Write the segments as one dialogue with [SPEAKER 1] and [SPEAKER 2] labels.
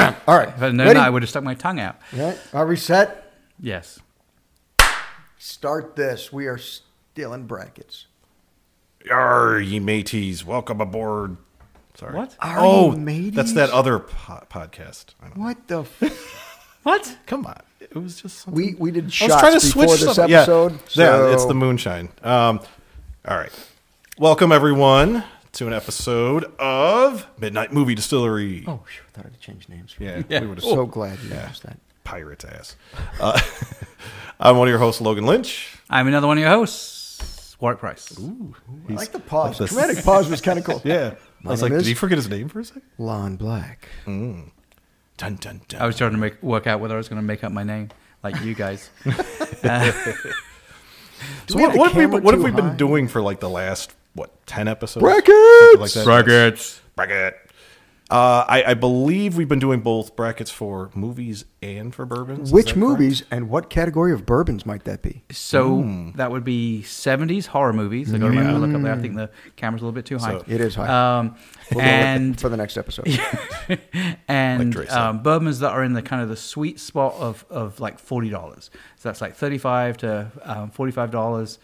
[SPEAKER 1] I'd known
[SPEAKER 2] Ready?
[SPEAKER 1] that, I would have stuck my tongue out.
[SPEAKER 2] Right? I reset.
[SPEAKER 1] Yes.
[SPEAKER 2] Start this. We are still in brackets.
[SPEAKER 3] Yar, ye mateys, welcome aboard. Sorry.
[SPEAKER 1] What?
[SPEAKER 2] Are
[SPEAKER 3] Oh,
[SPEAKER 2] you mateys?
[SPEAKER 3] that's that other po- podcast. I don't know.
[SPEAKER 2] What the? F-
[SPEAKER 1] What?
[SPEAKER 3] Come on. It was just something.
[SPEAKER 2] we we did
[SPEAKER 3] I
[SPEAKER 2] shots
[SPEAKER 3] was trying to
[SPEAKER 2] before
[SPEAKER 3] switch
[SPEAKER 2] this
[SPEAKER 3] something.
[SPEAKER 2] episode.
[SPEAKER 3] Yeah, yeah, it's
[SPEAKER 2] so-
[SPEAKER 3] the moonshine. Um, all right. Welcome, everyone, to an episode of Midnight Movie Distillery.
[SPEAKER 2] Oh, phew, I thought I'd change names.
[SPEAKER 3] Yeah, we would have
[SPEAKER 2] So glad you noticed that.
[SPEAKER 3] pirate's ass. Uh, I'm one of your hosts, Logan Lynch.
[SPEAKER 1] I'm another one of your hosts, Warwick Price.
[SPEAKER 2] I like the pause. The
[SPEAKER 3] this-
[SPEAKER 2] dramatic pause was kind of cool.
[SPEAKER 3] Yeah. I was
[SPEAKER 2] name
[SPEAKER 3] like,
[SPEAKER 2] is-
[SPEAKER 3] did he forget his name for a second?
[SPEAKER 2] Lon Black.
[SPEAKER 3] Mm. Dun, dun, dun.
[SPEAKER 1] I was trying to make work out whether I was going to make up my name like you guys.
[SPEAKER 3] so
[SPEAKER 2] we have
[SPEAKER 3] what,
[SPEAKER 2] the
[SPEAKER 3] what have we,
[SPEAKER 2] camera
[SPEAKER 3] what have
[SPEAKER 2] too
[SPEAKER 3] we been
[SPEAKER 2] high?
[SPEAKER 3] doing for like the last, what, 10 episodes?
[SPEAKER 2] Brackets!
[SPEAKER 3] Something Like that.
[SPEAKER 1] Brackets.
[SPEAKER 3] Bracket. Uh, I, I believe we've been doing both brackets for movies and for bourbons. Is that
[SPEAKER 2] Which
[SPEAKER 3] correct?
[SPEAKER 2] movies and what category of bourbons might that be?
[SPEAKER 1] So
[SPEAKER 2] Mm.
[SPEAKER 1] that would be 70s horror movies. I got to remember to look up there. I think the camera's a little bit too high.
[SPEAKER 3] So-
[SPEAKER 2] It is high.
[SPEAKER 1] Um,
[SPEAKER 2] We'll go with it
[SPEAKER 1] and
[SPEAKER 2] for the next episode.
[SPEAKER 1] and
[SPEAKER 3] Like Dre said.
[SPEAKER 1] um, bourbons that are in the kind of the sweet spot of, of like forty dollars. So that's like thirty five to um, forty five dollars,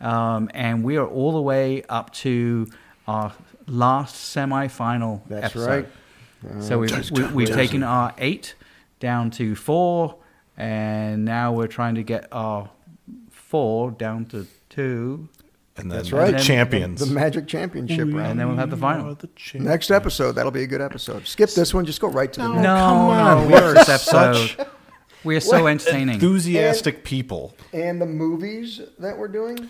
[SPEAKER 1] um, and we are all the way up to our last semi final.
[SPEAKER 2] That's
[SPEAKER 1] episode. right. So we've we, we've taken our eight down to four, and now we're trying to get our four down to two,
[SPEAKER 3] And then
[SPEAKER 2] That's right.
[SPEAKER 3] The champions.
[SPEAKER 2] The Magic Championship
[SPEAKER 1] and
[SPEAKER 2] round.
[SPEAKER 1] then we'll have the final.
[SPEAKER 2] Next episode, that'll be a good episode. Skip this one, just go right to the next.
[SPEAKER 1] No,
[SPEAKER 3] come on.
[SPEAKER 1] no,
[SPEAKER 3] We
[SPEAKER 1] we are
[SPEAKER 3] are
[SPEAKER 1] this episode. We are so entertaining.
[SPEAKER 3] Enthusiastic people.
[SPEAKER 2] And the movies that we're doing?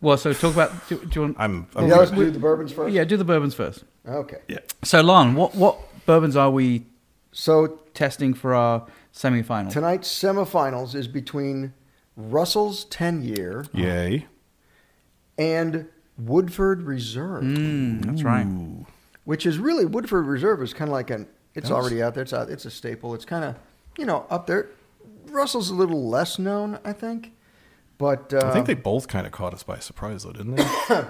[SPEAKER 1] Well, so talk about. Do, do you want?
[SPEAKER 3] I'm. I'm
[SPEAKER 2] Yeah, let's do the bourbons first.
[SPEAKER 1] yeah, do the bourbons first.
[SPEAKER 2] Okay.
[SPEAKER 3] yeah.
[SPEAKER 1] So, Lon, what what bourbons are we
[SPEAKER 2] So
[SPEAKER 1] testing for our semi-final?
[SPEAKER 2] tonight's semifinals is between Russell's 10 year
[SPEAKER 3] Yay.
[SPEAKER 2] and Woodford Reserve,
[SPEAKER 1] Mm, that's right.
[SPEAKER 2] which is really Woodford Reserve is kind of like an, it's
[SPEAKER 3] That's-
[SPEAKER 2] already out there. It's, out, it's a staple. It's kind of, you know, up there. Russell's a little less known, I think. But uh,
[SPEAKER 3] I think they both kind of caught us by surprise, though, didn't they?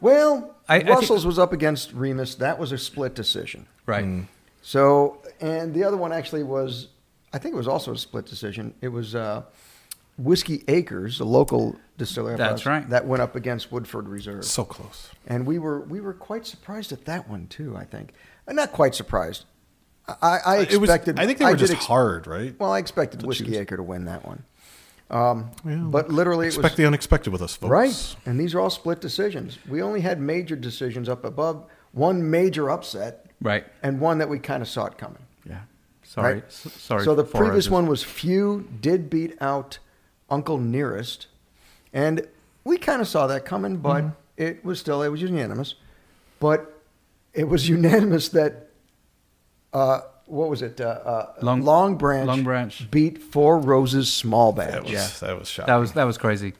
[SPEAKER 2] well,
[SPEAKER 1] I- I think-
[SPEAKER 2] Russell's was up against Remus. That was a split decision.
[SPEAKER 1] Right.
[SPEAKER 3] Hmm.
[SPEAKER 2] So, and the other one actually was, I think it was also a split decision. It was uh, Whiskey Acres, a local distillery. up
[SPEAKER 1] That's
[SPEAKER 2] us,
[SPEAKER 1] right.
[SPEAKER 2] That went up against Woodford Reserve,
[SPEAKER 3] so close.
[SPEAKER 2] and we were we were quite surprised at that one too. I think, Uh, not quite surprised. I, I- I
[SPEAKER 3] It was.
[SPEAKER 2] expected.
[SPEAKER 3] I think they were
[SPEAKER 2] did
[SPEAKER 3] just
[SPEAKER 2] ex-
[SPEAKER 3] hard, right?
[SPEAKER 2] Well, I expected Whiskey
[SPEAKER 3] choose.
[SPEAKER 2] Acre to win that one,
[SPEAKER 3] Yeah.
[SPEAKER 2] but literally it
[SPEAKER 3] expect
[SPEAKER 2] was
[SPEAKER 3] the unexpected with us, folks.
[SPEAKER 2] right. And these are all split decisions. We only had major decisions up above. One major upset,
[SPEAKER 1] Right.
[SPEAKER 2] and one that we kind of saw it coming.
[SPEAKER 1] Yeah. Sorry.
[SPEAKER 2] Right.
[SPEAKER 1] S- sorry.
[SPEAKER 2] So the
[SPEAKER 1] for
[SPEAKER 2] previous
[SPEAKER 1] us.
[SPEAKER 2] one was few did beat out Uncle Nearest, and we kind of saw that coming, but
[SPEAKER 1] Mm-hmm.
[SPEAKER 2] it was still it was unanimous. But it was unanimous that uh, what was it? Uh, uh,
[SPEAKER 1] Long-
[SPEAKER 2] Branch.
[SPEAKER 1] Long Branch.
[SPEAKER 2] beat Four Roses Small Badge.
[SPEAKER 3] That was.
[SPEAKER 1] Yeah.
[SPEAKER 3] That was shocking.
[SPEAKER 1] That was that was crazy.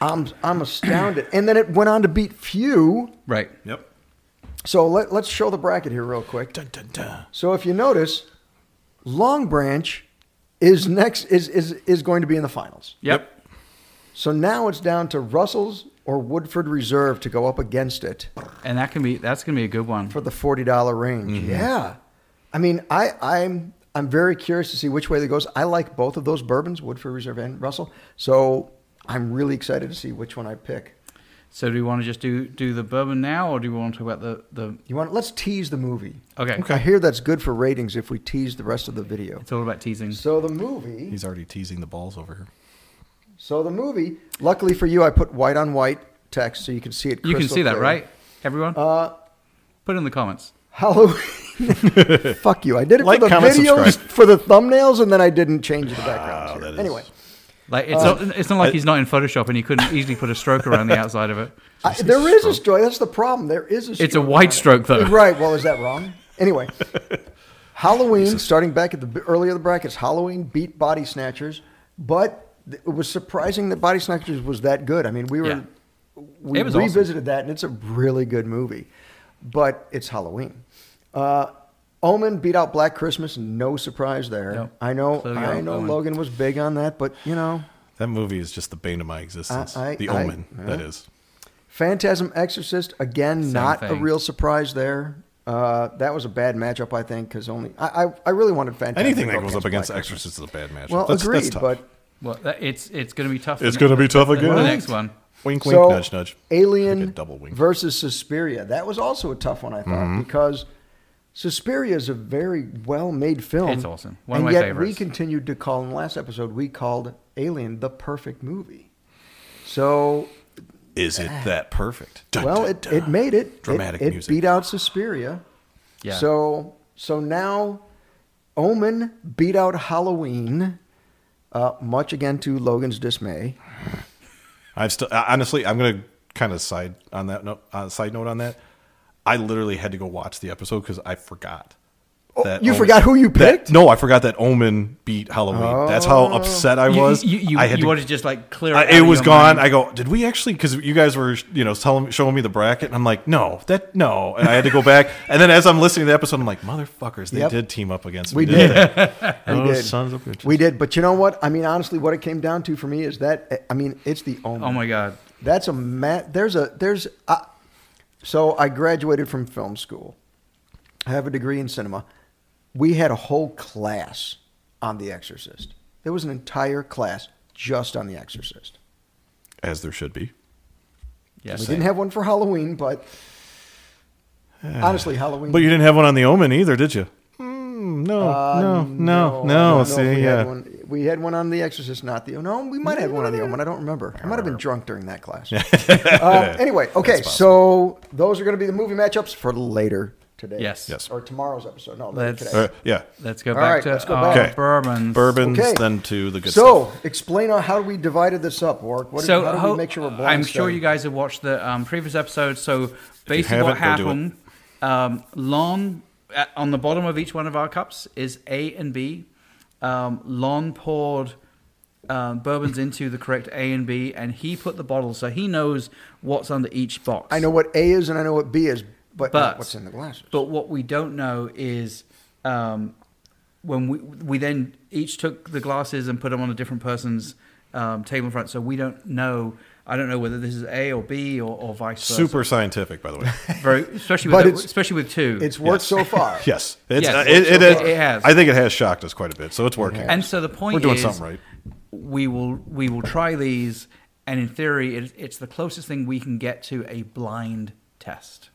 [SPEAKER 2] I'm I'm astounded. and then it went on to beat Few.
[SPEAKER 1] Right.
[SPEAKER 3] Yep.
[SPEAKER 2] So let, let's show the bracket here real quick.
[SPEAKER 3] Dun, dun, dun.
[SPEAKER 2] So if you notice, Long Branch is next is is is going to be in the finals.
[SPEAKER 1] Yep.
[SPEAKER 2] So now it's down to Russell's or Woodford Reserve to go up against it
[SPEAKER 1] And that can be that's gonna be a good one.
[SPEAKER 2] for the forty dollar range. Yeah, I mean, I I'm I'm very curious to see which way that goes. I like both of those bourbons, Woodford Reserve and Russell. So I'm really excited to see which one I pick.
[SPEAKER 1] So do you want to just do do the bourbon now, or do you want to talk about the the?
[SPEAKER 2] You want? Let's tease the movie.
[SPEAKER 1] Okay.
[SPEAKER 2] I hear that's good for ratings if we tease the rest of the video.
[SPEAKER 1] It's all about teasing.
[SPEAKER 2] So the movie.
[SPEAKER 3] He's already teasing the balls over here.
[SPEAKER 2] So the movie. Luckily for you, I put white on white text so you can see it.
[SPEAKER 1] You can
[SPEAKER 2] crystal
[SPEAKER 1] see that,
[SPEAKER 2] clear.
[SPEAKER 1] right? Everyone.
[SPEAKER 2] Uh,
[SPEAKER 1] Put in the comments.
[SPEAKER 2] Halloween. Fuck you. I did it
[SPEAKER 3] Like,
[SPEAKER 2] for the
[SPEAKER 3] comment,
[SPEAKER 2] videos,
[SPEAKER 3] subscribe.
[SPEAKER 2] for the thumbnails, and then I didn't change the background. here.
[SPEAKER 3] that is-
[SPEAKER 2] Anyway,
[SPEAKER 1] Like it's
[SPEAKER 2] Uh,
[SPEAKER 1] not it's not like he's not in Photoshop and he couldn't easily put a stroke around the outside of it.
[SPEAKER 2] I, there is a stroke. That's the problem. There is a stroke.
[SPEAKER 1] It's a white stroke though.
[SPEAKER 2] Right. Well, is that wrong? Anyway, Halloween, starting back at the b- earlier the brackets, Halloween beat Body Snatchers, but th- it was surprising that Body Snatchers was that good. I mean, we were
[SPEAKER 1] Yeah.
[SPEAKER 2] we
[SPEAKER 1] It was awesome.
[SPEAKER 2] revisited that, and it's a really good movie, but it's Halloween. Uh, Omen beat out Black Christmas. No surprise there.
[SPEAKER 1] Nope.
[SPEAKER 2] I know.
[SPEAKER 1] Clearly
[SPEAKER 2] I
[SPEAKER 1] Omen.
[SPEAKER 2] know. Logan was big on that, but you know,
[SPEAKER 3] That movie is just the bane of my existence.
[SPEAKER 2] I-
[SPEAKER 3] the
[SPEAKER 2] I-
[SPEAKER 3] Omen.
[SPEAKER 2] yeah.
[SPEAKER 3] That is.
[SPEAKER 2] Phantasm Exorcist again, not a
[SPEAKER 1] thing.
[SPEAKER 2] real surprise there. Uh, that was a bad matchup, I think, because only I, I, I really wanted Fantastic.
[SPEAKER 3] Anything
[SPEAKER 2] to
[SPEAKER 3] that
[SPEAKER 2] go
[SPEAKER 3] goes up against
[SPEAKER 2] Black
[SPEAKER 3] Exorcist is a bad matchup.
[SPEAKER 2] Well,
[SPEAKER 3] that's,
[SPEAKER 2] agreed,
[SPEAKER 3] that's tough.
[SPEAKER 2] but
[SPEAKER 1] Well, that, it's it's going to be tough.
[SPEAKER 3] It's
[SPEAKER 1] the-
[SPEAKER 3] gonna be tough
[SPEAKER 1] the-
[SPEAKER 3] again.
[SPEAKER 1] The
[SPEAKER 2] Right.
[SPEAKER 1] next one.
[SPEAKER 3] wink, wink, nudge, nudge.
[SPEAKER 2] Alien
[SPEAKER 3] Like a double wink. Mm-hmm.
[SPEAKER 2] versus Suspiria. That was also a tough one, I thought, because Suspiria is a very well-made film.
[SPEAKER 1] It's awesome. One of
[SPEAKER 2] and
[SPEAKER 1] my
[SPEAKER 2] yet we
[SPEAKER 1] favorites.
[SPEAKER 2] continued to call in the last episode. We called Alien the perfect movie. So,
[SPEAKER 3] Is it that perfect? Dun,
[SPEAKER 2] Ah. well,
[SPEAKER 3] dun,
[SPEAKER 2] it,
[SPEAKER 3] dun.
[SPEAKER 2] it made it. It-
[SPEAKER 3] Dramatic
[SPEAKER 2] it,
[SPEAKER 3] music.
[SPEAKER 2] beat out Suspiria.
[SPEAKER 1] Yeah.
[SPEAKER 2] So so now, Omen beat out Halloween, uh, much again to Logan's dismay.
[SPEAKER 3] I've still I- honestly, I'm gonna kind of side on that note. Uh, side note on that, I literally had to go watch the episode because I forgot.
[SPEAKER 2] Oh, you forgot who you
[SPEAKER 3] that-
[SPEAKER 2] picked? Oh.
[SPEAKER 3] no, I forgot that Omen beat Halloween. That's how upset I
[SPEAKER 1] You-
[SPEAKER 3] was.
[SPEAKER 1] You, you,
[SPEAKER 3] I had
[SPEAKER 1] you
[SPEAKER 3] to-
[SPEAKER 1] want to just like clear
[SPEAKER 3] I,
[SPEAKER 1] it. out
[SPEAKER 3] it
[SPEAKER 1] of
[SPEAKER 3] was
[SPEAKER 1] your
[SPEAKER 3] gone.
[SPEAKER 1] mind.
[SPEAKER 3] I go, did we actually? Because you guys were, you know, telling, showing me the bracket, and I'm like, no, that no, and I had to go back. And then as I'm listening to the episode, I'm like, motherfuckers, they
[SPEAKER 2] Yep.
[SPEAKER 3] did team up against me.
[SPEAKER 2] We
[SPEAKER 3] didn't
[SPEAKER 2] did.
[SPEAKER 3] they?
[SPEAKER 2] We
[SPEAKER 3] Those
[SPEAKER 2] did.
[SPEAKER 3] sons of bitches.
[SPEAKER 2] We did, but you know what? I mean, honestly, what it came down to for me is that I mean, it's the Omen.
[SPEAKER 1] oh my god.
[SPEAKER 2] That's a ma- there's a there's uh, so I graduated from film school. I have a degree in cinema. We had a whole class on The Exorcist. There was an entire class just on The Exorcist.
[SPEAKER 3] as there should be.
[SPEAKER 1] Yeah.
[SPEAKER 2] we didn't have one for Halloween, but honestly, Halloween.
[SPEAKER 3] Uh, But you didn't have one on the Omen either, did you? Mm, no,
[SPEAKER 2] Uh,
[SPEAKER 3] no, no,
[SPEAKER 2] I
[SPEAKER 3] no,
[SPEAKER 2] don't know if
[SPEAKER 3] See,
[SPEAKER 2] we
[SPEAKER 3] yeah,
[SPEAKER 2] Had one, we had one on The Exorcist, not the. No, we might have one on the Omen. I don't remember. I might have been drunk during that class. uh, anyway, okay, so those are going to be the movie matchups for later today.
[SPEAKER 1] Yes.
[SPEAKER 3] Yes.
[SPEAKER 2] Or tomorrow's episode. No, later
[SPEAKER 1] Let's-
[SPEAKER 2] today.
[SPEAKER 3] Uh, yeah.
[SPEAKER 1] Let's go
[SPEAKER 2] All
[SPEAKER 1] back
[SPEAKER 2] right,
[SPEAKER 1] to
[SPEAKER 2] let's go
[SPEAKER 1] our
[SPEAKER 3] back. Okay.
[SPEAKER 1] bourbons.
[SPEAKER 3] Bourbons,
[SPEAKER 2] Okay.
[SPEAKER 3] then to the good
[SPEAKER 2] so,
[SPEAKER 3] stuff.
[SPEAKER 2] explain on how we divided this up, Orc. What
[SPEAKER 1] So
[SPEAKER 2] how do
[SPEAKER 1] ho-
[SPEAKER 2] we make sure we're blind?
[SPEAKER 1] I'm sure you guys have watched the um, previous episode. So basically, what
[SPEAKER 3] haven't, go do
[SPEAKER 1] happened? Um, Lon uh, on the bottom of each one of our cups is A and B. Um, Lon poured um, bourbons into the correct A and B, and he put the bottle, so he knows what's under each box.
[SPEAKER 2] I know what A is and I know what B is, but, not
[SPEAKER 1] But-
[SPEAKER 2] what's in the glasses?
[SPEAKER 1] But what we don't know is um, when we we then each took the glasses and put them on a different person's um, table in front. So we don't know. I don't know whether this is A or B or, or vice versa.
[SPEAKER 3] Super scientific, by the way.
[SPEAKER 1] very especially
[SPEAKER 2] But
[SPEAKER 1] with
[SPEAKER 2] it's-
[SPEAKER 1] especially with two.
[SPEAKER 2] it's worked so far.
[SPEAKER 3] yes, it's,
[SPEAKER 1] Yes,
[SPEAKER 3] uh, it,
[SPEAKER 1] it- it-
[SPEAKER 3] it, has-
[SPEAKER 1] it has.
[SPEAKER 3] I think it has shocked us quite a bit, so it's working.
[SPEAKER 1] and so the point
[SPEAKER 3] We're doing
[SPEAKER 1] is,
[SPEAKER 3] something right.
[SPEAKER 1] we will we will try these, and in theory, it, it's the closest thing we can get to a blind test.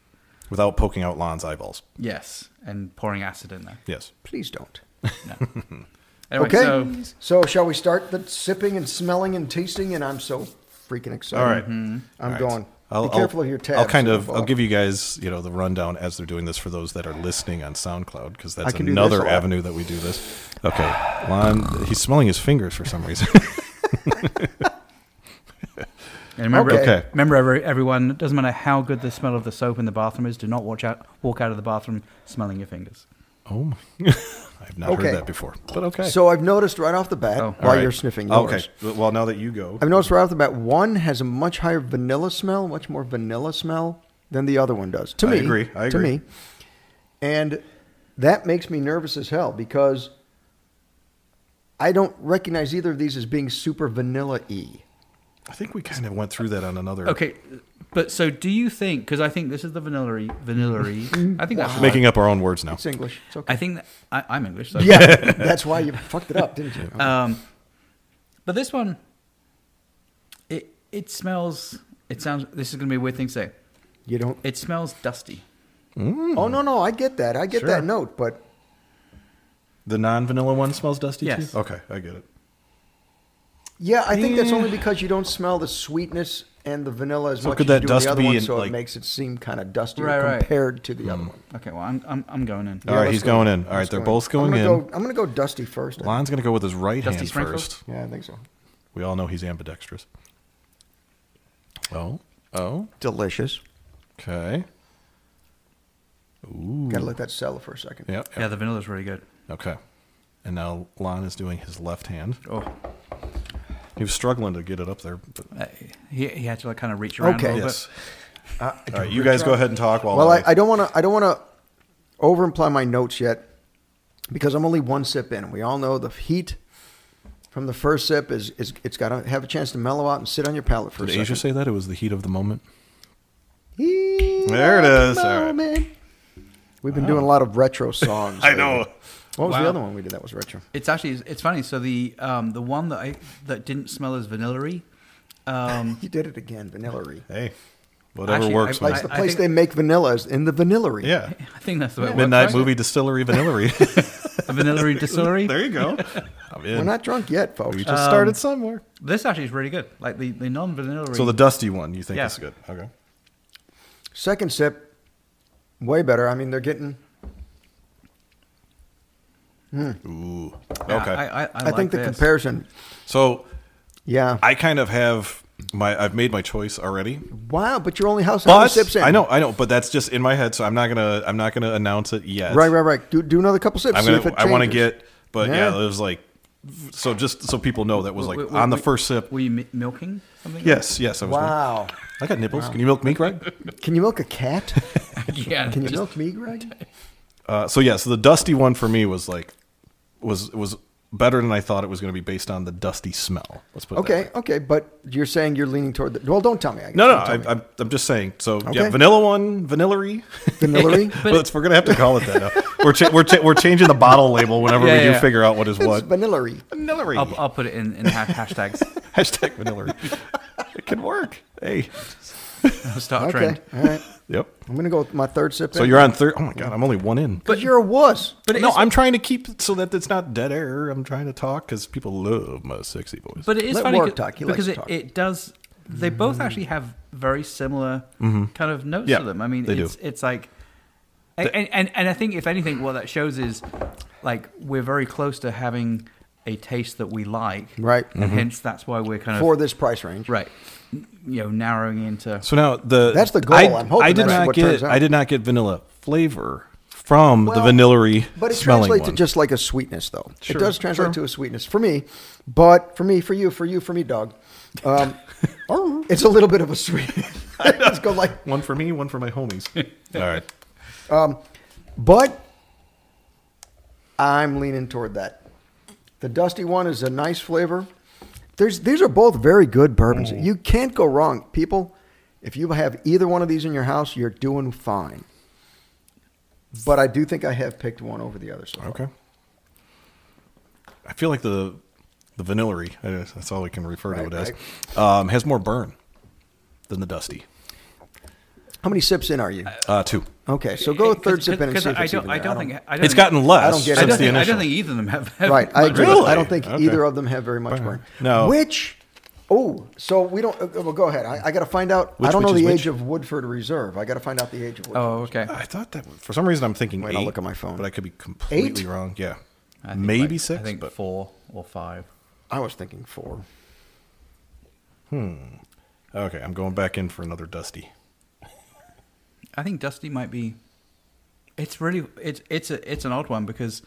[SPEAKER 3] without poking out Lon's eyeballs.
[SPEAKER 1] Yes, and pouring acid in there.
[SPEAKER 3] Yes.
[SPEAKER 2] Please don't.
[SPEAKER 1] Anyway,
[SPEAKER 2] okay.
[SPEAKER 1] so
[SPEAKER 2] So, shall we start the sipping and smelling and tasting? And I'm so freaking excited.
[SPEAKER 3] All right.
[SPEAKER 1] Mm-hmm.
[SPEAKER 2] I'm
[SPEAKER 3] All right.
[SPEAKER 2] going.
[SPEAKER 3] I'll-
[SPEAKER 2] Be careful
[SPEAKER 3] I'll-
[SPEAKER 2] of your tabs.
[SPEAKER 3] I'll kind of I'll give you guys you know the rundown as they're doing this for those that are listening on SoundCloud because that's
[SPEAKER 2] can do this a
[SPEAKER 3] another
[SPEAKER 2] lot.
[SPEAKER 3] avenue that we do this. Okay, Lon, he's smelling his fingers for some reason.
[SPEAKER 1] And remember,
[SPEAKER 2] Okay.
[SPEAKER 3] Okay.
[SPEAKER 1] remember every, everyone, it doesn't matter how good the smell of the soap in the bathroom is, do not watch out, walk out of the bathroom smelling your fingers.
[SPEAKER 3] oh, my. I've not
[SPEAKER 2] Okay.
[SPEAKER 3] heard that before. But okay,
[SPEAKER 2] So I've noticed right off the bat
[SPEAKER 1] Oh.
[SPEAKER 3] All
[SPEAKER 2] while
[SPEAKER 3] right.
[SPEAKER 2] you're sniffing yours.
[SPEAKER 3] Okay, well now that you go,
[SPEAKER 2] I've noticed right off the bat one has a much higher vanilla smell, much more vanilla smell than the other one does. To
[SPEAKER 3] I
[SPEAKER 2] me,
[SPEAKER 3] agree. I
[SPEAKER 2] To
[SPEAKER 3] agree.
[SPEAKER 2] me, and that makes me nervous as hell because I don't recognize either of these as being super vanilla y.
[SPEAKER 3] I think we kind of went through that on another.
[SPEAKER 1] Okay, but so do you think, because I think this is the vanillary, vanillary, I think that's the
[SPEAKER 3] making up our own words now.
[SPEAKER 2] It's English. It's okay.
[SPEAKER 1] I think that, I, I'm English, so.
[SPEAKER 2] yeah, that's why you fucked it up, didn't you?
[SPEAKER 1] Um, but this one, it, it smells, it sounds, this is going to be a weird thing to say.
[SPEAKER 2] You don't.
[SPEAKER 1] It smells dusty. hmm.
[SPEAKER 2] Oh no, no, I get that. I get
[SPEAKER 3] Sure.
[SPEAKER 2] that note, but
[SPEAKER 3] The non-vanilla one smells dusty
[SPEAKER 1] Yes.
[SPEAKER 3] too. Okay, I get it.
[SPEAKER 2] yeah, I think that's
[SPEAKER 3] Yeah.
[SPEAKER 2] only because you don't smell the sweetness and the vanilla as
[SPEAKER 3] So
[SPEAKER 2] much
[SPEAKER 3] could
[SPEAKER 2] as
[SPEAKER 3] that
[SPEAKER 2] you do
[SPEAKER 3] dust
[SPEAKER 2] in the other
[SPEAKER 3] be
[SPEAKER 2] one,
[SPEAKER 3] in,
[SPEAKER 2] so
[SPEAKER 3] like- Hmm.
[SPEAKER 2] it makes it seem kind of dustier
[SPEAKER 1] Right, right.
[SPEAKER 2] compared to the other one.
[SPEAKER 1] Okay, well, I'm, I'm, I'm going in.
[SPEAKER 3] All right,
[SPEAKER 2] let's
[SPEAKER 3] he's
[SPEAKER 2] go.
[SPEAKER 3] going in. All right,
[SPEAKER 2] Let's
[SPEAKER 3] they're
[SPEAKER 2] go
[SPEAKER 3] both going
[SPEAKER 2] I'm
[SPEAKER 3] in.
[SPEAKER 2] gonna Go, I'm going to go Dusty first. I
[SPEAKER 3] Lon's going to go with his right
[SPEAKER 1] Dusty
[SPEAKER 3] hand
[SPEAKER 1] sprinkles?
[SPEAKER 3] first.
[SPEAKER 2] think. yeah, I think so.
[SPEAKER 3] We all know he's ambidextrous. Oh, oh,
[SPEAKER 2] Delicious.
[SPEAKER 3] okay. Ooh,
[SPEAKER 2] Got to let that settle for a second.
[SPEAKER 3] yep,
[SPEAKER 1] Yeah,
[SPEAKER 3] yep.
[SPEAKER 1] the vanilla's really good.
[SPEAKER 3] Okay, and now Lon is doing his left hand.
[SPEAKER 1] Oh,
[SPEAKER 3] He was struggling to get it up there. But,
[SPEAKER 1] uh, he, he had to like kind of reach around
[SPEAKER 2] Okay.
[SPEAKER 1] a little
[SPEAKER 3] yes.
[SPEAKER 2] Uh, I
[SPEAKER 3] All right,
[SPEAKER 2] do-
[SPEAKER 3] you guys go ahead and talk while.
[SPEAKER 2] Well, I, I don't want to. I don't want to over imply my notes yet because I'm only one sip in. We all know the heat from the first sip is, is it's got to have a chance to mellow out and sit on your palate for
[SPEAKER 3] did
[SPEAKER 2] a second.
[SPEAKER 3] Asia say that it was the heat of the moment?
[SPEAKER 2] Heat
[SPEAKER 3] There it
[SPEAKER 2] of the
[SPEAKER 3] is. All right.
[SPEAKER 2] moment. We've been doing a lot of retro songs.
[SPEAKER 3] I
[SPEAKER 2] lately.
[SPEAKER 3] know.
[SPEAKER 2] What was the
[SPEAKER 1] Wow.
[SPEAKER 2] other one we did that was retro?
[SPEAKER 1] It's actually it's funny. So the um, the one that I that didn't smell as vanillary. Um,
[SPEAKER 2] You did it again, Vanillery.
[SPEAKER 3] Hey, whatever
[SPEAKER 1] Actually,
[SPEAKER 3] works.
[SPEAKER 1] I-
[SPEAKER 2] Like
[SPEAKER 3] man.
[SPEAKER 2] the
[SPEAKER 1] I
[SPEAKER 2] place
[SPEAKER 1] think-
[SPEAKER 2] they make vanilla is in the Vanillery.
[SPEAKER 3] yeah.
[SPEAKER 1] I think that's the way it
[SPEAKER 3] Midnight
[SPEAKER 1] works, right?
[SPEAKER 3] Movie Distillery Vanillery.
[SPEAKER 1] A vanillary distillery.
[SPEAKER 3] there you go. I'm in.
[SPEAKER 2] We're not drunk yet, folks.
[SPEAKER 3] we just
[SPEAKER 1] Um,
[SPEAKER 3] started somewhere.
[SPEAKER 1] This actually is really good. Like the, the non vanillary.
[SPEAKER 3] So the dusty one, you think
[SPEAKER 1] Yeah.
[SPEAKER 3] is good? Okay.
[SPEAKER 2] Second sip, way better. I mean, they're getting.
[SPEAKER 3] Ooh. Okay.
[SPEAKER 1] Yeah, I, I, I,
[SPEAKER 2] I,
[SPEAKER 1] like
[SPEAKER 2] think the
[SPEAKER 1] this.
[SPEAKER 2] comparison.
[SPEAKER 3] so
[SPEAKER 2] Yeah.
[SPEAKER 3] I kind of have my. I've made my choice already.
[SPEAKER 2] wow, but you're only house how many
[SPEAKER 3] But
[SPEAKER 2] sips in.
[SPEAKER 3] I know, I know, but that's just in my head, so I'm not gonna. I'm not gonna announce it yet.
[SPEAKER 2] Right, right, right. Do, do another couple sips.
[SPEAKER 3] I'm
[SPEAKER 2] see if
[SPEAKER 3] gonna.
[SPEAKER 2] it
[SPEAKER 3] I want to
[SPEAKER 2] changes.
[SPEAKER 3] get. But yeah.
[SPEAKER 2] Yeah.
[SPEAKER 3] it was like. So just so people know, that was like
[SPEAKER 1] Were- were-
[SPEAKER 3] on the
[SPEAKER 1] were-
[SPEAKER 3] first sip.
[SPEAKER 1] Were you mi- milking something?
[SPEAKER 3] Yes, yes. I was
[SPEAKER 2] Wow.
[SPEAKER 3] I got nipples. Can you milk me, Greg?
[SPEAKER 2] Can you milk a cat?
[SPEAKER 1] yeah.
[SPEAKER 2] Can you
[SPEAKER 1] just-
[SPEAKER 2] milk me, Greg?
[SPEAKER 3] Uh, so yeah, so the dusty one for me was like was was better than I thought it was going to be based on the dusty smell. Let's put it
[SPEAKER 2] Okay,
[SPEAKER 3] That way.
[SPEAKER 2] okay, but you're saying you're leaning toward the. Well, don't tell me. I guess.
[SPEAKER 3] No, no,
[SPEAKER 2] Don't tell
[SPEAKER 3] I,
[SPEAKER 2] me.
[SPEAKER 3] I'm I'm just saying. So yeah,
[SPEAKER 2] Okay.
[SPEAKER 3] vanilla one, vanillary.
[SPEAKER 2] Vanillery?
[SPEAKER 3] But we're gonna have to call it that. Now. we're cha- we're cha- we're changing the bottle label whenever
[SPEAKER 1] Yeah,
[SPEAKER 3] we do
[SPEAKER 1] yeah.
[SPEAKER 3] figure out what is what.
[SPEAKER 2] It's vanillery.
[SPEAKER 3] Vanillery.
[SPEAKER 1] I'll, I'll put it in, in ha- hashtags.
[SPEAKER 3] Hashtag vanillary. it can work. Hey.
[SPEAKER 1] I'll start a
[SPEAKER 2] Okay,
[SPEAKER 1] trend.
[SPEAKER 2] all right.
[SPEAKER 3] Yep.
[SPEAKER 2] I'm gonna go with my third sip.
[SPEAKER 3] So you're on third. Oh my god, I'm only one in.
[SPEAKER 2] but you're a wuss.
[SPEAKER 1] But it
[SPEAKER 3] no,
[SPEAKER 1] is-
[SPEAKER 3] I'm trying to keep it so that it's not dead air. I'm trying to talk because people love my sexy voice.
[SPEAKER 1] But it is
[SPEAKER 2] Let
[SPEAKER 1] funny
[SPEAKER 2] Warwick
[SPEAKER 1] c-
[SPEAKER 2] talk. He likes Mm-hmm.
[SPEAKER 1] because
[SPEAKER 2] to
[SPEAKER 1] it,
[SPEAKER 2] talk.
[SPEAKER 1] it does. They both actually have very similar
[SPEAKER 2] Mm-hmm.
[SPEAKER 1] kind of notes
[SPEAKER 3] Yeah,
[SPEAKER 1] to them. I mean,
[SPEAKER 3] they do.
[SPEAKER 1] it's it's like, and, and and I think if anything, what that shows is like we're very close to having a taste that we like,
[SPEAKER 2] Right.
[SPEAKER 3] Mm-hmm.
[SPEAKER 2] Mm-hmm.
[SPEAKER 1] And hence that's why we're kind of
[SPEAKER 2] For this price range,
[SPEAKER 1] right, n- you know, narrowing into.
[SPEAKER 3] So now the
[SPEAKER 2] That's the goal.
[SPEAKER 3] I,
[SPEAKER 2] I'm hoping
[SPEAKER 3] I did
[SPEAKER 2] that's
[SPEAKER 3] not
[SPEAKER 2] what
[SPEAKER 3] get
[SPEAKER 2] turns out.
[SPEAKER 3] I did not get vanilla flavor from
[SPEAKER 2] Well,
[SPEAKER 3] the vanillary
[SPEAKER 2] But it
[SPEAKER 3] smelling
[SPEAKER 2] translates
[SPEAKER 3] one.
[SPEAKER 2] to just like a sweetness, though.
[SPEAKER 3] Sure,
[SPEAKER 2] it does translate
[SPEAKER 3] sure.
[SPEAKER 2] to a sweetness for me, but for me, for you, for you, for me, dog. Um,
[SPEAKER 3] Oh.
[SPEAKER 2] it's a little bit of a sweet. Let's go like,
[SPEAKER 3] one for me, one for my homies. All right.
[SPEAKER 2] but I'm leaning toward that. The dusty one is a nice flavor. There's these are both very good bourbons.
[SPEAKER 3] Mm.
[SPEAKER 2] You can't go wrong, people. If you have either one of these in your house, you're doing fine. But I do think I have picked one over the other. So far.
[SPEAKER 3] Okay. I feel like the the vanillary, I guess that's all we can refer to
[SPEAKER 2] Right,
[SPEAKER 3] it as, um, has more burn than the dusty.
[SPEAKER 2] How many sips in are you?
[SPEAKER 3] Uh, two.
[SPEAKER 2] Okay, so go
[SPEAKER 1] Cause-
[SPEAKER 2] third sip in and
[SPEAKER 1] cause
[SPEAKER 2] see if
[SPEAKER 1] I
[SPEAKER 2] it's
[SPEAKER 1] don't,
[SPEAKER 2] even
[SPEAKER 1] I
[SPEAKER 2] there.
[SPEAKER 1] don't think I don't
[SPEAKER 3] it's
[SPEAKER 1] think-
[SPEAKER 3] gotten less
[SPEAKER 2] I don't get
[SPEAKER 1] I
[SPEAKER 2] it.
[SPEAKER 3] since
[SPEAKER 1] don't,
[SPEAKER 3] the
[SPEAKER 1] think, I
[SPEAKER 3] initial.
[SPEAKER 1] don't think either of them have. have
[SPEAKER 2] Right, I
[SPEAKER 1] much
[SPEAKER 2] agree.
[SPEAKER 1] of it.
[SPEAKER 2] I don't think
[SPEAKER 3] Really?
[SPEAKER 2] either
[SPEAKER 3] Okay.
[SPEAKER 2] of them have very much burn.
[SPEAKER 3] No.
[SPEAKER 2] Which? Oh, so we don't. uh, well, go ahead. I, I got to find out.
[SPEAKER 3] Which-
[SPEAKER 2] I don't know
[SPEAKER 3] which is
[SPEAKER 2] the
[SPEAKER 3] which?
[SPEAKER 2] age of Woodford Reserve. I got to find out the age of Woodford.
[SPEAKER 1] Oh, okay.
[SPEAKER 3] I thought that was- for some reason I'm thinking
[SPEAKER 2] Wait,
[SPEAKER 3] eight.
[SPEAKER 2] I'll look at my phone.
[SPEAKER 3] but I could be completely
[SPEAKER 2] Eight?
[SPEAKER 3] wrong. Yeah,
[SPEAKER 1] I think
[SPEAKER 3] maybe
[SPEAKER 1] like-
[SPEAKER 3] six.
[SPEAKER 1] I think
[SPEAKER 3] but
[SPEAKER 1] four or five.
[SPEAKER 2] I was thinking four.
[SPEAKER 3] okay, I'm going back in for another dusty.
[SPEAKER 1] I think Dusty might be. It's really it's it's a it's an odd one because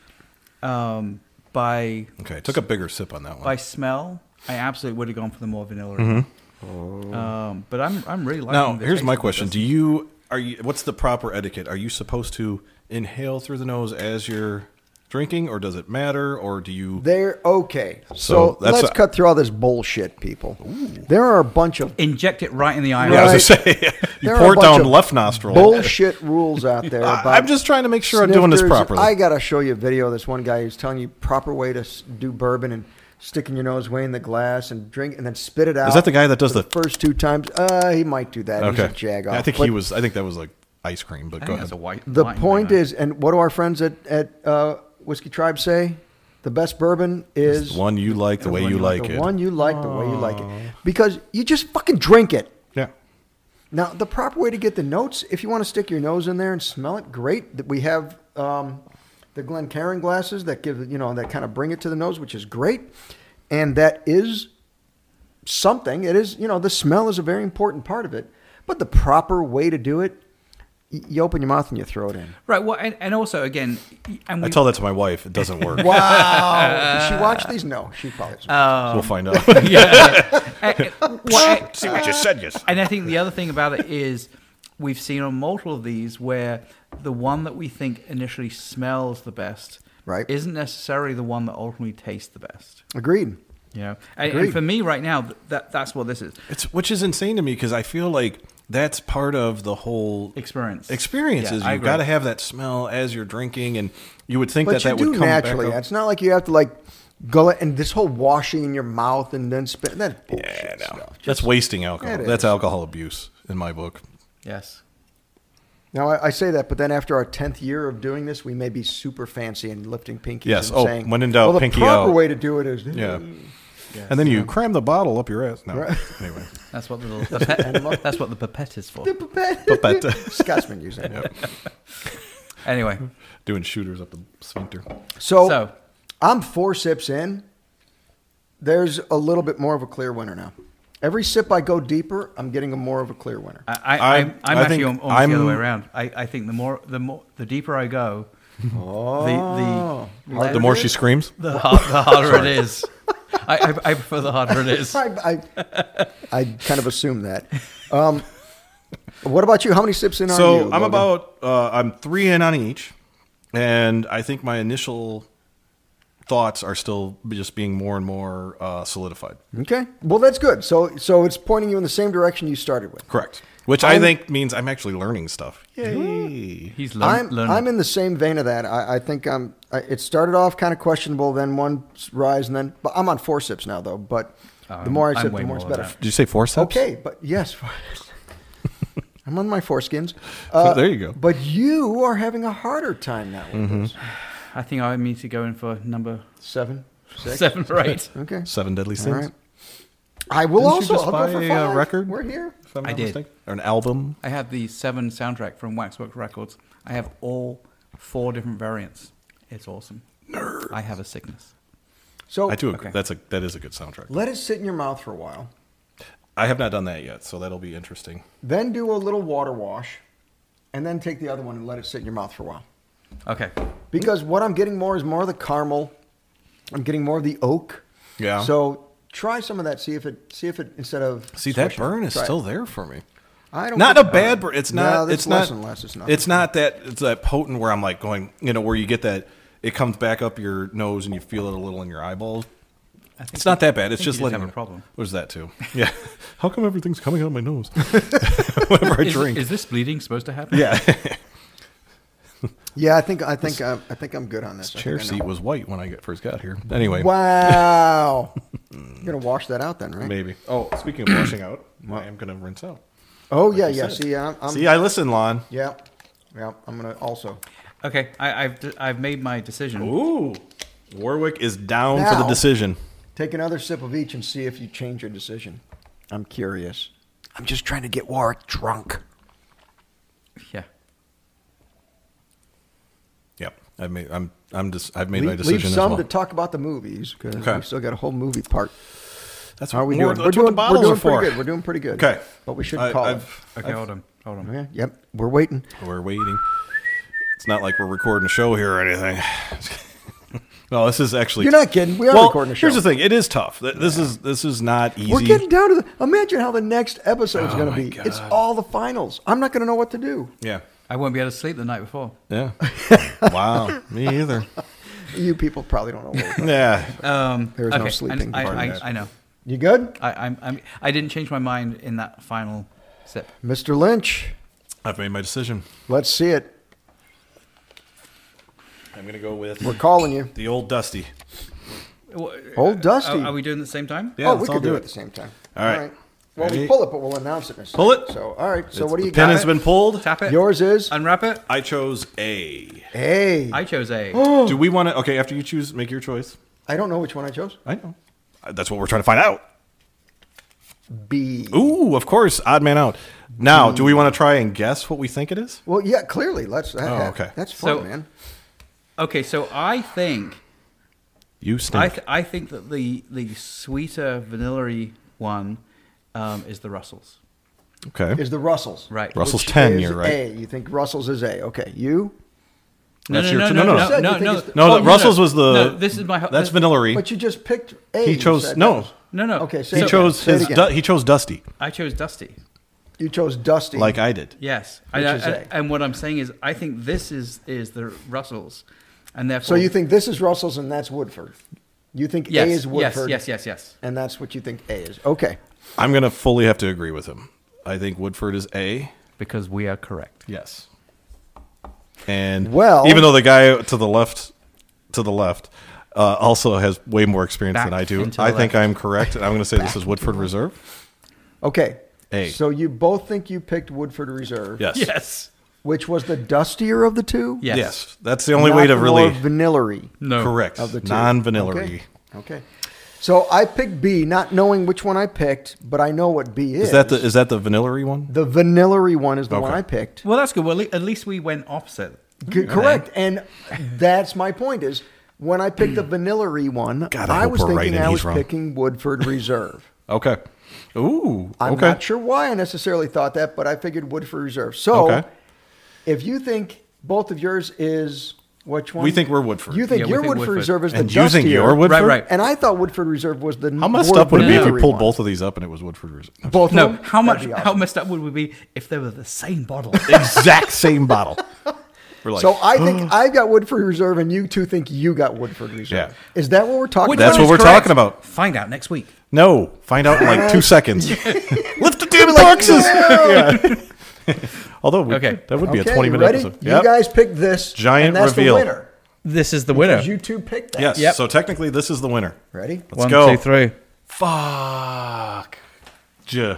[SPEAKER 1] um, by
[SPEAKER 3] Okay, I took a bigger sip on that one.
[SPEAKER 1] by smell, I absolutely would have gone for the more vanilla. Um, but I'm I'm really liking.
[SPEAKER 3] Mm-hmm. Now,
[SPEAKER 1] the
[SPEAKER 3] here's
[SPEAKER 1] taste
[SPEAKER 3] my
[SPEAKER 1] of the
[SPEAKER 3] question: Do
[SPEAKER 1] Dusty.
[SPEAKER 3] you are you? What's the proper etiquette? Are you supposed to inhale through the nose as you're drinking, or does it matter? Or do you?
[SPEAKER 2] They're okay.
[SPEAKER 3] So
[SPEAKER 2] So,
[SPEAKER 3] that's
[SPEAKER 2] let's
[SPEAKER 3] a-
[SPEAKER 2] cut through all this bullshit, people. There are a bunch of
[SPEAKER 1] inject it right in the eye?
[SPEAKER 3] yeah, I
[SPEAKER 1] Right.
[SPEAKER 3] was gonna say you
[SPEAKER 2] there are a
[SPEAKER 3] pour it
[SPEAKER 2] bunch
[SPEAKER 3] down
[SPEAKER 2] of
[SPEAKER 3] left nostril.
[SPEAKER 2] Bullshit rules out there.
[SPEAKER 3] I-
[SPEAKER 2] About
[SPEAKER 3] I'm just trying to make sure I'm doing this
[SPEAKER 2] snifters.
[SPEAKER 3] properly.
[SPEAKER 2] I gotta show you a video of this one guy who's telling you proper way to s- do bourbon and sticking your nose way in the glass and drink and then spit it out.
[SPEAKER 3] that the guy that does
[SPEAKER 2] for
[SPEAKER 3] the-
[SPEAKER 2] first two times? Uh, he might do that. He's
[SPEAKER 3] okay,
[SPEAKER 2] a jag off.
[SPEAKER 3] I think
[SPEAKER 2] But
[SPEAKER 3] he was. I think that was like ice cream. But
[SPEAKER 1] I
[SPEAKER 3] go
[SPEAKER 1] think
[SPEAKER 3] ahead.
[SPEAKER 1] that's a white.
[SPEAKER 2] The
[SPEAKER 1] white
[SPEAKER 2] point
[SPEAKER 1] wine.
[SPEAKER 2] is, and what do our friends at at uh, Whiskey Tribe say? The best bourbon
[SPEAKER 3] It's
[SPEAKER 2] is
[SPEAKER 3] the one you like, the way
[SPEAKER 1] one
[SPEAKER 3] you
[SPEAKER 1] you
[SPEAKER 3] like
[SPEAKER 2] the
[SPEAKER 3] it.
[SPEAKER 2] one you like, the way you like it, because you just fucking drink it.
[SPEAKER 3] yeah.
[SPEAKER 2] Now, the proper way to get the notes, if you want to stick your nose in there and smell it, great. That We have um, the Glencairn glasses that give you know that kind of bring it to the nose, which is great, and that is something. It is you know the smell is a very important part of it, but the proper way to do it, y- you open your mouth and you throw it in.
[SPEAKER 1] right. Well, and, and also again, and we,
[SPEAKER 3] I tell that to my wife. It doesn't work.
[SPEAKER 2] Wow! Did she watch these? No, she probably. Doesn't.
[SPEAKER 3] we'll find out.
[SPEAKER 1] yeah. and, and- well, and-
[SPEAKER 3] See what you said. Yes.
[SPEAKER 1] And I think the other thing about it is we've seen on multiple of these where the one that we think initially smells the best
[SPEAKER 2] Right.
[SPEAKER 1] isn't necessarily the one that ultimately tastes the best.
[SPEAKER 2] Agreed.
[SPEAKER 1] You know? and, and
[SPEAKER 2] Agreed.
[SPEAKER 1] for me right now, th- that that's what this is.
[SPEAKER 3] It's which is insane to me because I feel like that's part of the whole
[SPEAKER 1] Experience.
[SPEAKER 3] Experiences.
[SPEAKER 1] Yeah, I
[SPEAKER 3] You've
[SPEAKER 1] agree.
[SPEAKER 3] got to have that smell as you're drinking, and you would think
[SPEAKER 2] But
[SPEAKER 3] that
[SPEAKER 2] you
[SPEAKER 3] that
[SPEAKER 2] do
[SPEAKER 3] would come
[SPEAKER 2] naturally.
[SPEAKER 3] back up.
[SPEAKER 2] It's not like you have to like go and this whole washing in your mouth and then spit. That bullshit
[SPEAKER 3] Yeah, no.
[SPEAKER 2] stuff.
[SPEAKER 3] that's wasting alcohol.
[SPEAKER 2] It
[SPEAKER 3] That's
[SPEAKER 2] is.
[SPEAKER 3] alcohol abuse in my book.
[SPEAKER 1] Yes.
[SPEAKER 2] Now I, I say that, but then after our tenth year of doing this, we may be super fancy and lifting pinkies.
[SPEAKER 3] Yes.
[SPEAKER 2] And
[SPEAKER 3] Oh,
[SPEAKER 2] saying,
[SPEAKER 3] when in doubt,
[SPEAKER 2] well, the
[SPEAKER 3] pinky
[SPEAKER 2] proper
[SPEAKER 3] out.
[SPEAKER 2] way to do it is
[SPEAKER 3] Yeah. And then you cram the bottle up your ass. No.
[SPEAKER 2] Mm. Right.
[SPEAKER 3] Anyway.
[SPEAKER 1] That's what the little, the pet, that's what the pipette is for.
[SPEAKER 3] But uh,
[SPEAKER 2] Scotsman use that.
[SPEAKER 3] yep.
[SPEAKER 1] Anyway,
[SPEAKER 3] doing shooters up the sphincter.
[SPEAKER 2] So,
[SPEAKER 1] So-
[SPEAKER 2] I'm four sips in. There's a little bit more of a clear winner now. Every sip I go deeper, I'm getting a more of a clear winner.
[SPEAKER 1] I, I,
[SPEAKER 3] I-
[SPEAKER 1] I, I'm
[SPEAKER 3] I
[SPEAKER 1] actually almost
[SPEAKER 3] think
[SPEAKER 1] the other
[SPEAKER 3] I'm-
[SPEAKER 1] way around. I, I think the more the more the deeper I go,
[SPEAKER 2] Oh.
[SPEAKER 1] the
[SPEAKER 2] Harder
[SPEAKER 1] the,
[SPEAKER 3] The more she screams,
[SPEAKER 1] the, har- the harder it is. I, I, I prefer the harder it is.
[SPEAKER 2] I, I, I kind of assume that. Um, what about you? How many sips in are you?
[SPEAKER 3] So I'm
[SPEAKER 2] Logan?
[SPEAKER 3] about uh, I'm three in on each, and I think my initial thoughts are still just being more and more uh, solidified.
[SPEAKER 2] okay. Well, that's good. So so it's pointing you in the same direction you started with.
[SPEAKER 3] Correct. Which i
[SPEAKER 2] I'm-
[SPEAKER 3] think means I'm actually learning stuff. Yay!
[SPEAKER 1] He's learn,
[SPEAKER 2] I'm
[SPEAKER 1] learning.
[SPEAKER 2] I'm in the same vein of that. I, I think I'm. I, it started off kind of questionable, then one s- rise, and then but I'm on four sips now though. But the
[SPEAKER 1] I'm-
[SPEAKER 2] more I
[SPEAKER 1] I'm
[SPEAKER 2] sip,
[SPEAKER 1] way
[SPEAKER 2] the more it's
[SPEAKER 1] more than
[SPEAKER 2] better.
[SPEAKER 3] Did you say four steps?
[SPEAKER 2] Okay, but yes, I'm on my foreskins. Uh,
[SPEAKER 3] there you go. Mm-hmm.
[SPEAKER 2] But you are having a harder time now. With this.
[SPEAKER 1] I think I need to go in for number
[SPEAKER 2] Seven, six.
[SPEAKER 1] seven or eight.
[SPEAKER 2] Okay.
[SPEAKER 3] Seven deadly
[SPEAKER 2] All
[SPEAKER 3] sins.
[SPEAKER 2] right. I will
[SPEAKER 3] Didn't you
[SPEAKER 2] also.
[SPEAKER 3] just
[SPEAKER 2] I'll
[SPEAKER 3] buy
[SPEAKER 2] go for
[SPEAKER 3] a uh,
[SPEAKER 2] five.
[SPEAKER 3] record?
[SPEAKER 2] We're here.
[SPEAKER 3] if I'm
[SPEAKER 1] I
[SPEAKER 3] not
[SPEAKER 1] did.
[SPEAKER 3] mistaken. Or an album.
[SPEAKER 1] I have the seven soundtrack from Waxwork Records. I have all four different variants. It's awesome. Nerd. I have a sickness.
[SPEAKER 2] So
[SPEAKER 3] I do agree.
[SPEAKER 1] okay.
[SPEAKER 3] That's a that is a good soundtrack.
[SPEAKER 2] let it sit in your mouth for a while.
[SPEAKER 3] I have not done that yet, so that'll be interesting.
[SPEAKER 2] Then do a little water wash, and then take the other one and let it sit in your mouth for a while.
[SPEAKER 1] Okay.
[SPEAKER 2] Because what I'm getting more is more of the caramel. I'm getting more of the oak.
[SPEAKER 3] Yeah.
[SPEAKER 2] So try some of that. See if it. See if it instead of.
[SPEAKER 3] See that
[SPEAKER 2] swishing.
[SPEAKER 3] burn is
[SPEAKER 2] Try it.
[SPEAKER 3] still there for me.
[SPEAKER 2] I don't.
[SPEAKER 3] Not a
[SPEAKER 2] think-
[SPEAKER 3] bad burn. It's
[SPEAKER 2] No,
[SPEAKER 3] not.
[SPEAKER 2] that's
[SPEAKER 3] it's not.
[SPEAKER 2] less and less. It's not.
[SPEAKER 3] not that. It's that potent where I'm like going. You know where you get that. It comes back up your nose and you feel it a little in your eyeballs.
[SPEAKER 1] I think
[SPEAKER 3] It's not that bad.
[SPEAKER 1] I
[SPEAKER 3] It's
[SPEAKER 1] think you
[SPEAKER 3] just letting
[SPEAKER 1] have
[SPEAKER 3] you-
[SPEAKER 1] a problem.
[SPEAKER 3] There's that too. Yeah. How come everything's coming out of my nose whenever I
[SPEAKER 1] Is,
[SPEAKER 3] drink?
[SPEAKER 1] is this bleeding supposed to happen?
[SPEAKER 3] yeah.
[SPEAKER 2] Yeah, I think. I think. I'm, I think I'm good on this. I think
[SPEAKER 3] Chair
[SPEAKER 2] I know.
[SPEAKER 3] seat was white when I got- first got here. Anyway,
[SPEAKER 2] Wow. You're gonna wash that out then, right?
[SPEAKER 3] maybe. Oh, speaking of washing out, I am gonna rinse out.
[SPEAKER 2] Oh yeah,
[SPEAKER 3] you
[SPEAKER 2] yeah.
[SPEAKER 3] said.
[SPEAKER 2] See, I'm. I'm
[SPEAKER 3] See, I listen, Lon.
[SPEAKER 2] Yeah. Yeah. I'm gonna also.
[SPEAKER 1] Okay. I, I've d- I've made my decision.
[SPEAKER 3] Ooh, Warwick is down for
[SPEAKER 2] Now-
[SPEAKER 3] the decision.
[SPEAKER 2] Take another sip of each and see if you change your decision. I'm curious. I'm just trying to get Warwick drunk.
[SPEAKER 1] Yeah.
[SPEAKER 3] Yep, I made. I'm. I'm just. I've made my
[SPEAKER 2] Leave,
[SPEAKER 3] decision
[SPEAKER 2] leave some
[SPEAKER 3] as
[SPEAKER 2] to
[SPEAKER 3] well.
[SPEAKER 2] talk about the movies because
[SPEAKER 3] Okay.
[SPEAKER 2] we've still got a whole movie part.
[SPEAKER 3] that's
[SPEAKER 2] How are we
[SPEAKER 3] more-
[SPEAKER 2] doing?
[SPEAKER 3] that's what
[SPEAKER 2] doing,
[SPEAKER 3] the bottles
[SPEAKER 2] we're doing
[SPEAKER 3] are for.
[SPEAKER 2] pretty good. We're doing pretty good.
[SPEAKER 3] Okay.
[SPEAKER 2] But we should
[SPEAKER 3] I-
[SPEAKER 2] call it.
[SPEAKER 3] I've-
[SPEAKER 1] Okay. hold on. Hold on.
[SPEAKER 2] Okay. Yep. We're waiting.
[SPEAKER 3] We're waiting. It's not like we're recording a show here or anything. no, this is actually.
[SPEAKER 2] You're not kidding. We are
[SPEAKER 3] Well,
[SPEAKER 2] recording a show.
[SPEAKER 3] Here's the thing. It is tough. Th- This is this is not easy.
[SPEAKER 2] We're getting down to the. Imagine how the next episode's
[SPEAKER 3] Oh
[SPEAKER 2] going to
[SPEAKER 3] my
[SPEAKER 2] be. It's
[SPEAKER 3] God.
[SPEAKER 2] all the finals. I'm not going to know what to do.
[SPEAKER 3] yeah.
[SPEAKER 1] I won't be able to sleep the night before.
[SPEAKER 3] Yeah. wow. Me either.
[SPEAKER 2] You people probably don't know. What we're doing.
[SPEAKER 3] Yeah.
[SPEAKER 1] Um,
[SPEAKER 2] There is no
[SPEAKER 1] okay, I-
[SPEAKER 2] sleeping
[SPEAKER 1] I,
[SPEAKER 2] part
[SPEAKER 1] I,
[SPEAKER 3] in
[SPEAKER 1] I,
[SPEAKER 3] that.
[SPEAKER 1] know.
[SPEAKER 2] you good,
[SPEAKER 1] I, I'm, I'm, I didn't change my mind in that final sip.
[SPEAKER 2] Mr. Lynch?
[SPEAKER 3] I've made my decision.
[SPEAKER 2] Let's see it.
[SPEAKER 3] I'm gonna go with
[SPEAKER 2] We're calling you.
[SPEAKER 3] the old Dusty.
[SPEAKER 2] Old Oh, Dusty.
[SPEAKER 1] Are, are we doing it at the same time?
[SPEAKER 3] Yeah,
[SPEAKER 2] oh,
[SPEAKER 3] let's
[SPEAKER 2] we
[SPEAKER 3] all
[SPEAKER 2] could
[SPEAKER 3] do
[SPEAKER 2] do it
[SPEAKER 3] it.
[SPEAKER 2] at the same time.
[SPEAKER 3] All right.
[SPEAKER 2] Well, we
[SPEAKER 3] Ready?
[SPEAKER 2] pull it, but we'll announce it. in a second.
[SPEAKER 3] Pull it.
[SPEAKER 2] So, all right. So,
[SPEAKER 3] It's-
[SPEAKER 2] what do you
[SPEAKER 3] the pin
[SPEAKER 2] got?
[SPEAKER 3] has been pulled.
[SPEAKER 1] Tap it.
[SPEAKER 2] Yours is.
[SPEAKER 1] Unwrap it.
[SPEAKER 3] I chose A.
[SPEAKER 2] hey,
[SPEAKER 1] I chose A.
[SPEAKER 2] Oh.
[SPEAKER 3] Do we want to? Okay, after you choose, make your choice.
[SPEAKER 2] I don't know which one I chose.
[SPEAKER 3] I know. That's what we're trying to find out.
[SPEAKER 2] B.
[SPEAKER 3] Ooh, of course, odd man out. Now, do we want to try and guess what we think it is?
[SPEAKER 2] Well, yeah, clearly. Let's. That,
[SPEAKER 3] Oh,
[SPEAKER 2] that-
[SPEAKER 3] okay.
[SPEAKER 2] That's fun,
[SPEAKER 1] So-
[SPEAKER 2] man.
[SPEAKER 1] Okay, so I think
[SPEAKER 3] You
[SPEAKER 1] I,
[SPEAKER 3] stink.
[SPEAKER 1] th- I think that the the sweeter vanilla one um, is the Russells.
[SPEAKER 3] okay.
[SPEAKER 2] Is the Russells
[SPEAKER 1] Right.
[SPEAKER 3] Russell's
[SPEAKER 2] Which
[SPEAKER 3] 10,
[SPEAKER 2] is
[SPEAKER 3] you're right.
[SPEAKER 2] A. You think Russell's is A? Okay. You.
[SPEAKER 3] That's your- no, no, no.
[SPEAKER 2] You said you
[SPEAKER 1] no,
[SPEAKER 2] think
[SPEAKER 1] no,
[SPEAKER 2] it's the-
[SPEAKER 3] No,
[SPEAKER 2] Oh,
[SPEAKER 3] the,
[SPEAKER 2] no,
[SPEAKER 3] Russell's was the.
[SPEAKER 1] No, this is my. ho-
[SPEAKER 3] That's
[SPEAKER 1] this-
[SPEAKER 3] vanilla.
[SPEAKER 2] But you just picked A.
[SPEAKER 3] He
[SPEAKER 2] you
[SPEAKER 3] chose
[SPEAKER 2] said.
[SPEAKER 3] no.
[SPEAKER 1] No, no.
[SPEAKER 2] Okay, say
[SPEAKER 3] He
[SPEAKER 2] it
[SPEAKER 3] chose
[SPEAKER 2] Say it
[SPEAKER 3] his.
[SPEAKER 2] again.
[SPEAKER 3] Du- he chose Dusty,
[SPEAKER 1] I chose Dusty.
[SPEAKER 2] You chose Dusty.
[SPEAKER 3] like I did.
[SPEAKER 1] Yes.
[SPEAKER 2] Which
[SPEAKER 1] and,
[SPEAKER 2] is
[SPEAKER 1] I-
[SPEAKER 2] A.
[SPEAKER 1] and what I'm saying is, I think this is is the Russells, and therefore.
[SPEAKER 2] So you think this is Russell's and that's Woodford? You think
[SPEAKER 1] yes,
[SPEAKER 2] A is Woodford?
[SPEAKER 1] Yes, yes, yes, yes.
[SPEAKER 2] And that's what you think A is. Okay.
[SPEAKER 3] I'm gonna fully have to agree with him. I think Woodford is A.
[SPEAKER 1] because we are correct.
[SPEAKER 3] Yes. And
[SPEAKER 2] Well-
[SPEAKER 3] even though the guy to the left, to the left, uh, also has way more experience than
[SPEAKER 1] Back
[SPEAKER 3] I do.
[SPEAKER 1] into the
[SPEAKER 3] I think
[SPEAKER 1] left.
[SPEAKER 3] I'm correct, and I'm going to say this is Woodford Reserve.
[SPEAKER 2] Okay.
[SPEAKER 3] A.
[SPEAKER 2] So you both think you picked Woodford Reserve,
[SPEAKER 3] Yes.
[SPEAKER 1] Yes.
[SPEAKER 2] which was the dustier of the two?
[SPEAKER 1] Yes.
[SPEAKER 3] Yes. That's the only way
[SPEAKER 2] Not
[SPEAKER 3] to
[SPEAKER 2] the
[SPEAKER 3] really
[SPEAKER 2] more vanillery.
[SPEAKER 1] No.
[SPEAKER 3] correct
[SPEAKER 2] of the two.
[SPEAKER 3] non-vanillary.
[SPEAKER 2] Okay. okay. So I picked B, not knowing which one I picked, but I know what B is.
[SPEAKER 3] Is that the is that the vanillary one?
[SPEAKER 2] the vanillary one is the one
[SPEAKER 3] Okay.
[SPEAKER 2] I picked.
[SPEAKER 1] Well, that's good. Well, at least we went opposite.
[SPEAKER 2] C- correct. And that's my point is when I picked the vanillary one,
[SPEAKER 3] God, I
[SPEAKER 2] I,
[SPEAKER 3] hope
[SPEAKER 2] was
[SPEAKER 3] we're
[SPEAKER 2] thinking
[SPEAKER 3] right and
[SPEAKER 2] I
[SPEAKER 3] he's
[SPEAKER 2] was
[SPEAKER 3] wrong.
[SPEAKER 2] picking Woodford Reserve.
[SPEAKER 3] Okay. Ooh.
[SPEAKER 2] I'm
[SPEAKER 3] okay.
[SPEAKER 2] not sure why I necessarily thought that, but I figured Woodford Reserve. So
[SPEAKER 3] Okay.
[SPEAKER 2] if you think both of yours is which one?
[SPEAKER 3] We think we're Woodford.
[SPEAKER 2] You think
[SPEAKER 1] Yeah, we
[SPEAKER 2] your
[SPEAKER 1] think
[SPEAKER 2] Woodford,
[SPEAKER 1] Woodford.
[SPEAKER 2] Reserve is the
[SPEAKER 3] And you think
[SPEAKER 2] dustier.
[SPEAKER 3] you're Woodford?
[SPEAKER 1] Right, right.
[SPEAKER 2] And I thought Woodford Reserve was the
[SPEAKER 3] How messed up would it be if you
[SPEAKER 2] vanillary
[SPEAKER 3] pulled
[SPEAKER 2] one.
[SPEAKER 3] both of these up and it was Woodford Reserve?
[SPEAKER 2] Both of
[SPEAKER 1] No.
[SPEAKER 2] them?
[SPEAKER 1] How much?
[SPEAKER 2] That'd be
[SPEAKER 1] How
[SPEAKER 2] awesome.
[SPEAKER 1] messed up would we be if they were the same bottle?
[SPEAKER 3] exact same bottle. We're like,
[SPEAKER 2] So I think I've got Woodford Reserve, and you two think you got Woodford Reserve.
[SPEAKER 3] Yeah.
[SPEAKER 2] Is that what we're talking
[SPEAKER 1] Which
[SPEAKER 2] about?
[SPEAKER 3] That's
[SPEAKER 1] one
[SPEAKER 3] what
[SPEAKER 1] is
[SPEAKER 3] we're
[SPEAKER 1] correct?
[SPEAKER 3] talking about.
[SPEAKER 1] Find out next week.
[SPEAKER 3] no. Find out in like two seconds. Lift the damn
[SPEAKER 2] like,
[SPEAKER 3] boxes. Yeah. Although we,
[SPEAKER 1] Okay.
[SPEAKER 3] that would be
[SPEAKER 2] okay,
[SPEAKER 3] a twenty
[SPEAKER 2] you
[SPEAKER 3] minute
[SPEAKER 2] ready?
[SPEAKER 3] episode.
[SPEAKER 2] You guys picked this.
[SPEAKER 3] Giant
[SPEAKER 2] and that's
[SPEAKER 3] reveal.
[SPEAKER 2] The winner.
[SPEAKER 1] This is the winner.
[SPEAKER 2] You two picked that.
[SPEAKER 3] yes.
[SPEAKER 1] Yep.
[SPEAKER 3] So technically, this is the winner.
[SPEAKER 2] Ready?
[SPEAKER 3] Let's go.
[SPEAKER 1] three.
[SPEAKER 3] Fuck. J.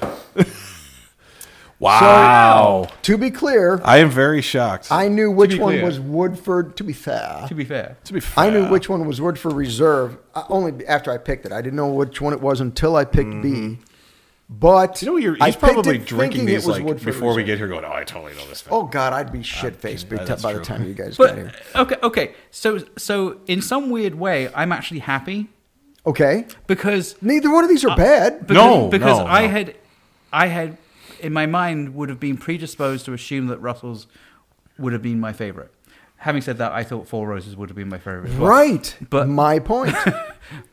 [SPEAKER 3] wow.
[SPEAKER 2] To be clear,
[SPEAKER 3] I am very shocked.
[SPEAKER 2] I knew which one
[SPEAKER 1] clear.
[SPEAKER 2] was Woodford. To be fair,
[SPEAKER 1] To be fair,
[SPEAKER 3] to be fair,
[SPEAKER 2] I knew which one was Woodford Reserve uh, only after I picked it. I didn't know which one it was until I picked B. But
[SPEAKER 3] Mm-hmm. You know, you're,
[SPEAKER 2] I
[SPEAKER 3] he's
[SPEAKER 2] picked
[SPEAKER 3] probably
[SPEAKER 2] it
[SPEAKER 3] drinking
[SPEAKER 2] thinking it
[SPEAKER 3] these
[SPEAKER 2] was
[SPEAKER 3] like
[SPEAKER 2] Woodford
[SPEAKER 3] before we Ah,
[SPEAKER 2] Reserve.
[SPEAKER 3] get here. Going, oh, I totally know this.
[SPEAKER 2] Oh God, I'd be shit faced by,
[SPEAKER 3] Yeah, that's
[SPEAKER 2] the
[SPEAKER 3] true.
[SPEAKER 2] time you guys got
[SPEAKER 1] but
[SPEAKER 2] here.
[SPEAKER 1] okay, okay. So, so in some weird way, I'm actually happy
[SPEAKER 2] Okay,
[SPEAKER 1] because
[SPEAKER 2] neither one of
[SPEAKER 3] Uh,
[SPEAKER 2] these are bad.
[SPEAKER 1] Because,
[SPEAKER 3] No,
[SPEAKER 1] because
[SPEAKER 3] no,
[SPEAKER 1] I
[SPEAKER 3] no.
[SPEAKER 1] had, I had, in my mind, would have been predisposed to assume that Russell's would have been my favorite. Having said that, I thought Four Roses would have been my favorite. as well.
[SPEAKER 2] Right.
[SPEAKER 1] But-
[SPEAKER 2] my point.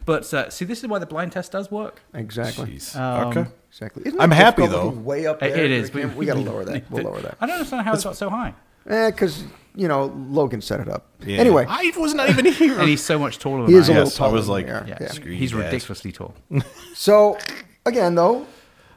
[SPEAKER 1] But uh, see, this is why the blind test does work.
[SPEAKER 2] exactly.
[SPEAKER 3] Jeez.
[SPEAKER 1] Um,
[SPEAKER 3] okay.
[SPEAKER 2] Exactly. Isn't
[SPEAKER 3] I'm
[SPEAKER 2] it
[SPEAKER 3] happy,
[SPEAKER 2] difficult
[SPEAKER 3] though.
[SPEAKER 2] looking Way up
[SPEAKER 1] It-
[SPEAKER 2] there.
[SPEAKER 1] it is.
[SPEAKER 2] We, can't- we gotta lower that. We'll lower that.
[SPEAKER 1] I don't understand how it got so high,
[SPEAKER 2] Eh, because you know Logan set it up.
[SPEAKER 3] Yeah.
[SPEAKER 2] Anyway,
[SPEAKER 3] I was not even here.
[SPEAKER 1] and he's so much taller than
[SPEAKER 2] he is
[SPEAKER 1] I
[SPEAKER 2] a
[SPEAKER 1] am.
[SPEAKER 2] little
[SPEAKER 3] Yes, I
[SPEAKER 2] taller.
[SPEAKER 3] was
[SPEAKER 2] than
[SPEAKER 3] like-
[SPEAKER 2] we are.
[SPEAKER 1] Yeah,
[SPEAKER 2] Yeah.
[SPEAKER 1] he's
[SPEAKER 3] Screw you guys.
[SPEAKER 1] ridiculously tall.
[SPEAKER 2] So again, though,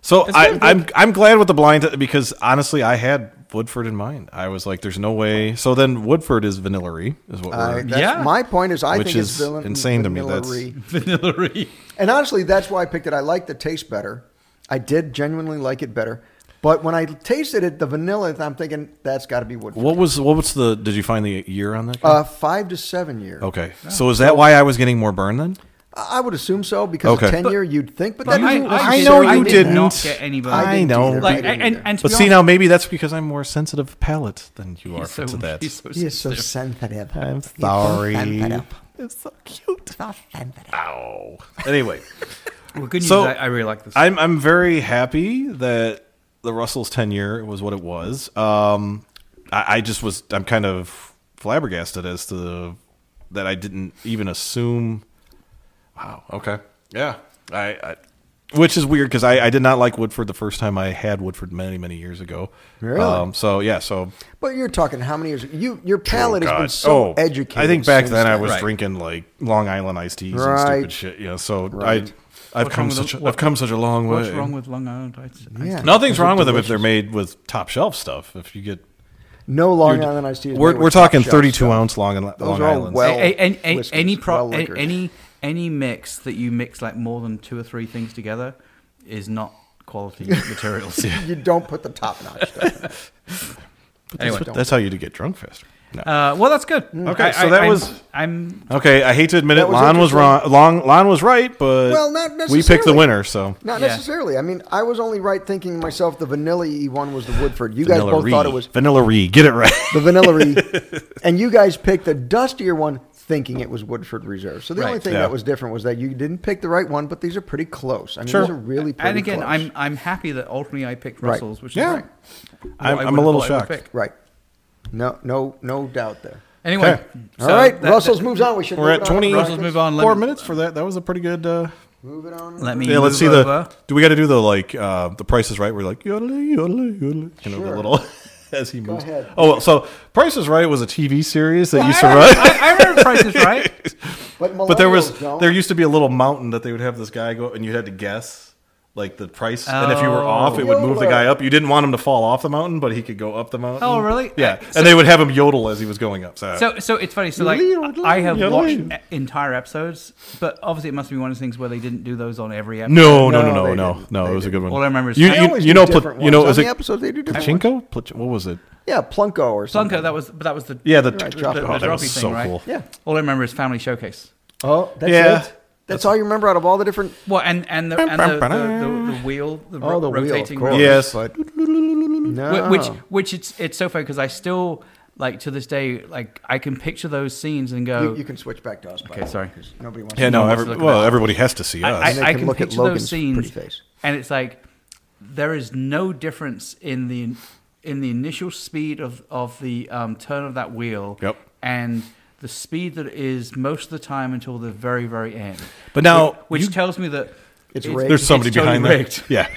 [SPEAKER 3] So I,
[SPEAKER 1] good.
[SPEAKER 3] I'm I'm glad with the blind because honestly, I had Woodford in mind. I was like, there's no way. So then Woodford is vanillary, is what
[SPEAKER 2] I,
[SPEAKER 3] we're.
[SPEAKER 2] that's,
[SPEAKER 1] Yeah.
[SPEAKER 2] my point is I
[SPEAKER 3] Which
[SPEAKER 2] think it's
[SPEAKER 3] is
[SPEAKER 2] villain,
[SPEAKER 3] insane to me. That's-
[SPEAKER 2] vanillary.
[SPEAKER 1] Vanillary.
[SPEAKER 2] And honestly, that's why I picked it. I like the taste better. I did genuinely like it better. But when I tasted it, the vanilla, I'm thinking that's got to be Woodford.
[SPEAKER 3] What was what was the? Did you find the year on that? guy?
[SPEAKER 2] Uh, five to seven year.
[SPEAKER 3] okay. So is that why I was getting more burn then?
[SPEAKER 2] I I would assume so because
[SPEAKER 3] Okay.
[SPEAKER 2] of ten
[SPEAKER 3] But-
[SPEAKER 2] year. You'd think, but,
[SPEAKER 1] but
[SPEAKER 2] that
[SPEAKER 1] I-
[SPEAKER 2] doesn't
[SPEAKER 1] I
[SPEAKER 2] necessarily
[SPEAKER 1] know you
[SPEAKER 2] mean
[SPEAKER 1] did
[SPEAKER 2] that.
[SPEAKER 1] not get any burn.
[SPEAKER 3] I
[SPEAKER 2] didn't
[SPEAKER 3] know.
[SPEAKER 2] either.
[SPEAKER 1] Like,
[SPEAKER 2] didn't
[SPEAKER 1] and, and,
[SPEAKER 2] either.
[SPEAKER 1] and to
[SPEAKER 3] But
[SPEAKER 1] be
[SPEAKER 3] see
[SPEAKER 1] honest-
[SPEAKER 3] now, maybe that's because I'm more sensitive of palate than you are
[SPEAKER 1] he's so,
[SPEAKER 3] to that.
[SPEAKER 1] he's so
[SPEAKER 2] He is so
[SPEAKER 1] sensitive.
[SPEAKER 2] sensitive.
[SPEAKER 3] I'm
[SPEAKER 2] He's so
[SPEAKER 3] sorry.
[SPEAKER 2] sensitive.
[SPEAKER 3] It's so cute.
[SPEAKER 2] So sensitive.
[SPEAKER 3] Ow. Anyway.
[SPEAKER 1] Well, good news.
[SPEAKER 3] So-
[SPEAKER 1] I, I really like this.
[SPEAKER 3] I'm I'm very happy that the Russell's tenure was what it was. Um, I, I just was I'm kind of flabbergasted as to that I didn't even assume. Wow. Okay. Yeah. I. I which is weird because I, I did not like Woodford the first time I had Woodford many many years ago.
[SPEAKER 2] Really?
[SPEAKER 3] Um, so yeah. So
[SPEAKER 2] But you're talking how many years? You your palate
[SPEAKER 3] Oh,
[SPEAKER 2] has been
[SPEAKER 3] God.
[SPEAKER 2] so
[SPEAKER 3] Oh,
[SPEAKER 2] educated.
[SPEAKER 3] I think back
[SPEAKER 2] since
[SPEAKER 3] then I was
[SPEAKER 1] Right.
[SPEAKER 3] drinking like Long Island iced teas and
[SPEAKER 2] Right.
[SPEAKER 3] stupid shit. Yeah. So
[SPEAKER 2] Right.
[SPEAKER 3] I I've
[SPEAKER 1] What's
[SPEAKER 3] come
[SPEAKER 1] wrong with
[SPEAKER 3] such
[SPEAKER 1] the-
[SPEAKER 3] a,
[SPEAKER 1] what-
[SPEAKER 3] I've come such a long way.
[SPEAKER 1] What's wrong with Long Island? I, I,
[SPEAKER 2] Yeah.
[SPEAKER 3] Nothing's
[SPEAKER 2] Those are
[SPEAKER 3] wrong with them if they're
[SPEAKER 2] delicious.
[SPEAKER 3] made with top shelf stuff. If you get,
[SPEAKER 2] No Long Island iced tea. is
[SPEAKER 3] we're,
[SPEAKER 2] made
[SPEAKER 3] we're
[SPEAKER 2] with top
[SPEAKER 3] talking
[SPEAKER 2] shelf
[SPEAKER 3] 32
[SPEAKER 2] stuff.
[SPEAKER 3] ounce Long, and Long
[SPEAKER 2] are all
[SPEAKER 3] Islands.
[SPEAKER 2] well-
[SPEAKER 1] A- a- any- a-
[SPEAKER 2] whiskeys,
[SPEAKER 1] any pro-
[SPEAKER 2] well
[SPEAKER 1] a-
[SPEAKER 2] liquored.
[SPEAKER 1] any any mix that you mix like more than two or three things together is not quality materials.
[SPEAKER 2] You don't put the top notch stuff. in.
[SPEAKER 1] Anyway,
[SPEAKER 2] don't-
[SPEAKER 3] That's how you get drunk faster. No.
[SPEAKER 1] uh, well, that's good.
[SPEAKER 2] Mm.
[SPEAKER 3] Okay, so that
[SPEAKER 1] I'm-
[SPEAKER 3] was-
[SPEAKER 1] I'm.
[SPEAKER 3] okay, I hate to admit it.
[SPEAKER 2] That was
[SPEAKER 3] Lon was wrong.
[SPEAKER 2] interesting.
[SPEAKER 3] Long Lon was right, but
[SPEAKER 2] Well, not
[SPEAKER 3] we picked the
[SPEAKER 2] necessarily.
[SPEAKER 3] winner. So
[SPEAKER 2] Not
[SPEAKER 1] Yeah.
[SPEAKER 2] necessarily. I mean, I was only right thinking myself the vanilla E one was the Woodford. You guys
[SPEAKER 3] Vanilla E.
[SPEAKER 2] both
[SPEAKER 3] Ree.
[SPEAKER 2] thought it was
[SPEAKER 3] Vanilla Ree. Get it right.
[SPEAKER 2] the vanilla, E. and you guys picked the dustier one thinking it was Woodford Reserve. So the
[SPEAKER 1] Right.
[SPEAKER 2] only thing
[SPEAKER 3] Yeah.
[SPEAKER 2] that was different was that you didn't pick the right one, but these are pretty close. I mean,
[SPEAKER 3] Sure.
[SPEAKER 2] these are really pretty
[SPEAKER 1] And again,
[SPEAKER 2] close.
[SPEAKER 1] I'm I'm happy that ultimately I picked
[SPEAKER 2] Right.
[SPEAKER 1] Russell's, which
[SPEAKER 3] Yeah.
[SPEAKER 1] is right.
[SPEAKER 3] I'm-
[SPEAKER 1] What I
[SPEAKER 3] I'm a
[SPEAKER 1] would've
[SPEAKER 3] little
[SPEAKER 1] thought I would've
[SPEAKER 3] shocked.
[SPEAKER 1] picked.
[SPEAKER 2] right. No, no, no doubt there.
[SPEAKER 1] Anyway,
[SPEAKER 3] Okay.
[SPEAKER 2] All right, Russell's moves on. We should.
[SPEAKER 3] We're
[SPEAKER 2] move it
[SPEAKER 3] at
[SPEAKER 2] on.
[SPEAKER 3] 20.
[SPEAKER 1] Russell's move on. Let
[SPEAKER 3] Four
[SPEAKER 1] me-
[SPEAKER 3] minutes for that. That was a pretty good. Uh,
[SPEAKER 2] Move it on.
[SPEAKER 1] Let me.
[SPEAKER 3] yeah,
[SPEAKER 1] move
[SPEAKER 3] let's see
[SPEAKER 1] over.
[SPEAKER 3] the. Do we got to do the like uh, the Price is Right? We're like yodeling, yodeling, yodeling. You know the
[SPEAKER 2] Sure.
[SPEAKER 3] little as he moves.
[SPEAKER 2] ahead.
[SPEAKER 3] Oh well, so Price is Right was a TV series that used to run.
[SPEAKER 1] I, I remember prices right.
[SPEAKER 2] But,
[SPEAKER 3] But there was
[SPEAKER 2] millennials don't.
[SPEAKER 3] there used to be a little mountain that they would have this guy go and you had to guess like the price, and if you were off, it would move the
[SPEAKER 2] Yodeler.
[SPEAKER 3] guy up. You didn't want him to fall off the mountain, but he could go up the mountain.
[SPEAKER 1] Oh, really?
[SPEAKER 3] Yeah,
[SPEAKER 1] Uh,
[SPEAKER 3] and they would have him yodel as he was going up. So,
[SPEAKER 1] So, so it's funny. So, like,
[SPEAKER 2] Little,
[SPEAKER 1] I have
[SPEAKER 3] little.
[SPEAKER 1] watched e- entire episodes, but obviously, it must be one of those things where they didn't do those on every episode.
[SPEAKER 3] no, no, no,
[SPEAKER 2] No,
[SPEAKER 3] no,
[SPEAKER 2] they
[SPEAKER 3] no,
[SPEAKER 2] didn't.
[SPEAKER 3] no,
[SPEAKER 2] They
[SPEAKER 3] it was a good one.
[SPEAKER 1] All I remember is-
[SPEAKER 3] you,
[SPEAKER 1] They
[SPEAKER 3] you,
[SPEAKER 2] always
[SPEAKER 3] you
[SPEAKER 2] do
[SPEAKER 3] know, pla-
[SPEAKER 2] different
[SPEAKER 3] you know,
[SPEAKER 2] ones.
[SPEAKER 3] is
[SPEAKER 2] on
[SPEAKER 3] it
[SPEAKER 2] the episodes they do different. ones.
[SPEAKER 3] Pachinko? Pla- What was it?
[SPEAKER 2] Yeah, Plunko or something.
[SPEAKER 1] Plunko, that was, but that was the
[SPEAKER 3] Yeah, the,
[SPEAKER 2] Right,
[SPEAKER 3] the,
[SPEAKER 2] drop it.
[SPEAKER 3] oh,
[SPEAKER 1] the
[SPEAKER 3] that
[SPEAKER 1] droppy
[SPEAKER 3] was
[SPEAKER 1] thing,
[SPEAKER 3] so
[SPEAKER 1] right?
[SPEAKER 3] cool.
[SPEAKER 2] Yeah.
[SPEAKER 1] All I remember is Family Showcase.
[SPEAKER 2] Oh, that's
[SPEAKER 3] Yeah.
[SPEAKER 2] it. That's, all you remember out of all the different.
[SPEAKER 1] Well, and and the and the, the, the, the wheel, the
[SPEAKER 2] Oh,
[SPEAKER 1] ro-
[SPEAKER 2] the wheel, of
[SPEAKER 1] rotating
[SPEAKER 2] course. Oh.
[SPEAKER 1] wheel.
[SPEAKER 3] Yes.
[SPEAKER 2] but-
[SPEAKER 1] Wh-
[SPEAKER 2] no.
[SPEAKER 1] which which it's it's so funny because I still like to this day like I can picture those scenes and go.
[SPEAKER 2] you, you can switch back to us. by
[SPEAKER 1] Okay,
[SPEAKER 2] the way,
[SPEAKER 1] sorry.
[SPEAKER 2] 'cause Nobody wants.
[SPEAKER 3] Yeah,
[SPEAKER 2] to
[SPEAKER 3] no,
[SPEAKER 1] No,
[SPEAKER 3] every,
[SPEAKER 1] let's look
[SPEAKER 3] well,
[SPEAKER 1] at it.
[SPEAKER 3] every, everybody has to see
[SPEAKER 1] I,
[SPEAKER 3] us.
[SPEAKER 1] I,
[SPEAKER 2] And they
[SPEAKER 1] I
[SPEAKER 2] can
[SPEAKER 1] can
[SPEAKER 2] look at
[SPEAKER 1] picture those
[SPEAKER 2] Logan's pretty
[SPEAKER 1] scenes,
[SPEAKER 2] face.
[SPEAKER 1] and it's like there is no difference in the in the initial speed of of the um, turn of that wheel,
[SPEAKER 3] Yep.
[SPEAKER 1] and the speed that it is most of the time until the very very end.
[SPEAKER 3] But now,
[SPEAKER 1] which
[SPEAKER 3] you-
[SPEAKER 1] tells me that
[SPEAKER 2] It's rigged.
[SPEAKER 3] there's somebody
[SPEAKER 1] it's totally
[SPEAKER 3] behind
[SPEAKER 1] rigged.
[SPEAKER 3] that. Yeah.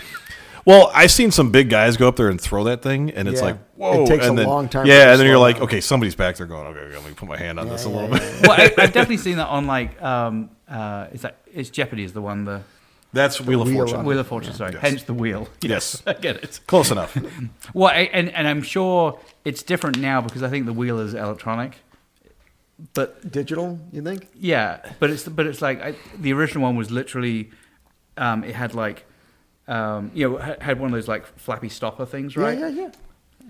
[SPEAKER 3] Well, I've seen some big guys go up there and throw that thing, and it's
[SPEAKER 2] Yeah.
[SPEAKER 3] like, whoa!
[SPEAKER 2] It takes
[SPEAKER 3] and
[SPEAKER 2] a
[SPEAKER 3] then,
[SPEAKER 2] long time for it
[SPEAKER 3] Yeah,
[SPEAKER 2] to
[SPEAKER 3] and then you're
[SPEAKER 2] slow
[SPEAKER 3] like,
[SPEAKER 2] down.
[SPEAKER 3] okay, somebody's back there going, okay, okay, let me put my hand on this a
[SPEAKER 2] yeah,
[SPEAKER 3] little
[SPEAKER 2] yeah,
[SPEAKER 3] bit.
[SPEAKER 1] well, I, I've definitely seen that on like um, uh, is that it's Jeopardy is the one the
[SPEAKER 3] That's Wheel of
[SPEAKER 2] wheel
[SPEAKER 3] Fortune.
[SPEAKER 2] on-
[SPEAKER 1] Wheel of Fortune, sorry,
[SPEAKER 3] Yes.
[SPEAKER 1] hence the wheel.
[SPEAKER 3] Yes,
[SPEAKER 1] I get it.
[SPEAKER 3] close enough.
[SPEAKER 1] Well, I, and and I'm sure it's different now because I think the wheel is electronic. But
[SPEAKER 2] Digital, you think?
[SPEAKER 1] yeah, but it's but it's like I, the original one was literally, um, it had like, um, you know, ha- had one of those like flappy stopper things, right?
[SPEAKER 2] Yeah, yeah, yeah.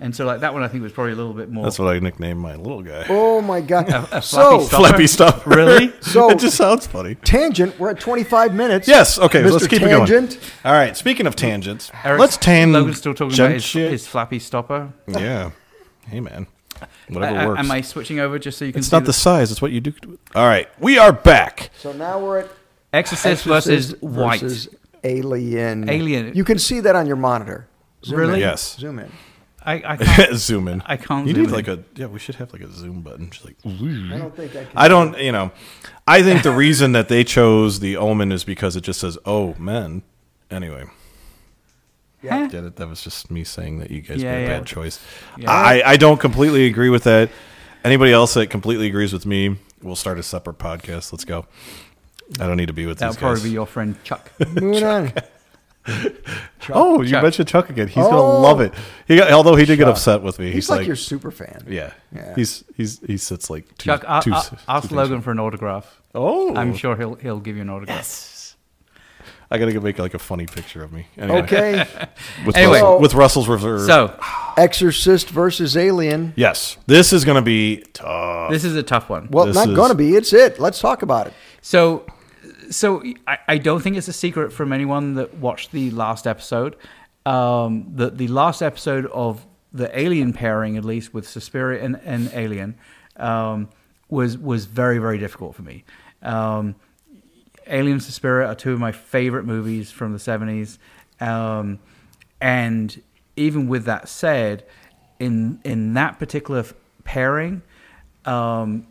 [SPEAKER 1] And so like that one, I think was probably a little bit more.
[SPEAKER 3] That's what I nicknamed my little guy.
[SPEAKER 2] Oh my God.
[SPEAKER 1] a
[SPEAKER 2] so
[SPEAKER 1] flappy
[SPEAKER 3] Flappy stuff.
[SPEAKER 1] Really?
[SPEAKER 2] So-
[SPEAKER 3] it just sounds funny.
[SPEAKER 2] tangent. We're at 25 minutes.
[SPEAKER 3] Yes. Okay.
[SPEAKER 2] Mr.
[SPEAKER 3] Let's keep
[SPEAKER 2] tangent.
[SPEAKER 3] it going. All right. Speaking of tangents,
[SPEAKER 1] Eric,
[SPEAKER 3] let's tan.
[SPEAKER 1] Logan's still talking about his,
[SPEAKER 3] shit.
[SPEAKER 1] his flappy stopper.
[SPEAKER 3] Yeah. Hey, man.
[SPEAKER 1] I,
[SPEAKER 3] Whatever
[SPEAKER 1] I,
[SPEAKER 3] works.
[SPEAKER 1] am I switching over just so you can?
[SPEAKER 3] it's
[SPEAKER 1] see
[SPEAKER 3] not the size. It's what you do. All right. We are back.
[SPEAKER 2] So now we're at
[SPEAKER 1] Exorcist, versus,
[SPEAKER 2] Exorcist
[SPEAKER 1] White.
[SPEAKER 2] versus Alien.
[SPEAKER 1] Alien.
[SPEAKER 2] You can see that on your monitor. Zoom
[SPEAKER 1] Really?
[SPEAKER 2] In.
[SPEAKER 3] Yes.
[SPEAKER 2] Zoom in.
[SPEAKER 1] I, I can't,
[SPEAKER 3] zoom in.
[SPEAKER 1] I can't
[SPEAKER 3] You
[SPEAKER 1] zoom
[SPEAKER 3] need
[SPEAKER 1] in.
[SPEAKER 3] like a yeah. We should have like a zoom button. Just like
[SPEAKER 2] I don't think I can.
[SPEAKER 3] I don't. You know, I think the reason that they chose the Omen is because it just says "Oh, men." Anyway,
[SPEAKER 1] Huh?
[SPEAKER 3] get it? That was just me saying that you guys
[SPEAKER 1] Yeah,
[SPEAKER 3] made a
[SPEAKER 1] yeah.
[SPEAKER 3] bad choice.
[SPEAKER 1] Yeah.
[SPEAKER 3] I I don't completely agree with that. Anybody else that completely agrees with me, we'll start a separate podcast. Let's go. I don't need to be with
[SPEAKER 1] That'll
[SPEAKER 3] these guys.
[SPEAKER 1] probably be your friend Chuck.
[SPEAKER 2] Moving on.
[SPEAKER 3] oh, you
[SPEAKER 1] Chuck.
[SPEAKER 3] mentioned Chuck again. He's
[SPEAKER 2] Oh.
[SPEAKER 3] gonna love it. He got, although he did get
[SPEAKER 2] Chuck.
[SPEAKER 3] upset with me. He's,
[SPEAKER 2] He's like, your super fan.
[SPEAKER 3] Yeah.
[SPEAKER 2] Yeah.
[SPEAKER 3] He's he's he sits like two,
[SPEAKER 1] Chuck, a-
[SPEAKER 3] two-
[SPEAKER 1] a-
[SPEAKER 3] two
[SPEAKER 1] ask
[SPEAKER 3] things.
[SPEAKER 1] Logan for an autograph.
[SPEAKER 3] Oh,
[SPEAKER 1] I'm sure he'll he'll give you an autograph.
[SPEAKER 3] I gotta go make like a funny picture of me. Anyway,
[SPEAKER 2] Okay.
[SPEAKER 3] With,
[SPEAKER 1] Anyway.
[SPEAKER 3] Russell, with Russell's reserve.
[SPEAKER 1] So
[SPEAKER 2] Exorcist versus Alien.
[SPEAKER 3] yes, this is gonna be tough.
[SPEAKER 1] this is a tough one.
[SPEAKER 2] Well,
[SPEAKER 3] This
[SPEAKER 2] not
[SPEAKER 3] is-
[SPEAKER 2] going to be. It's it. Let's talk about it.
[SPEAKER 1] So, so I, I don't think it's a secret from anyone that watched the last episode. Um, that the last episode of the Alien pairing, at least with Suspiria and, and Alien, um, was was very very difficult for me. Um, Alien and Suspiria are two of my favorite movies from the seventies, um, and even with that said, in in that particular f- pairing, um,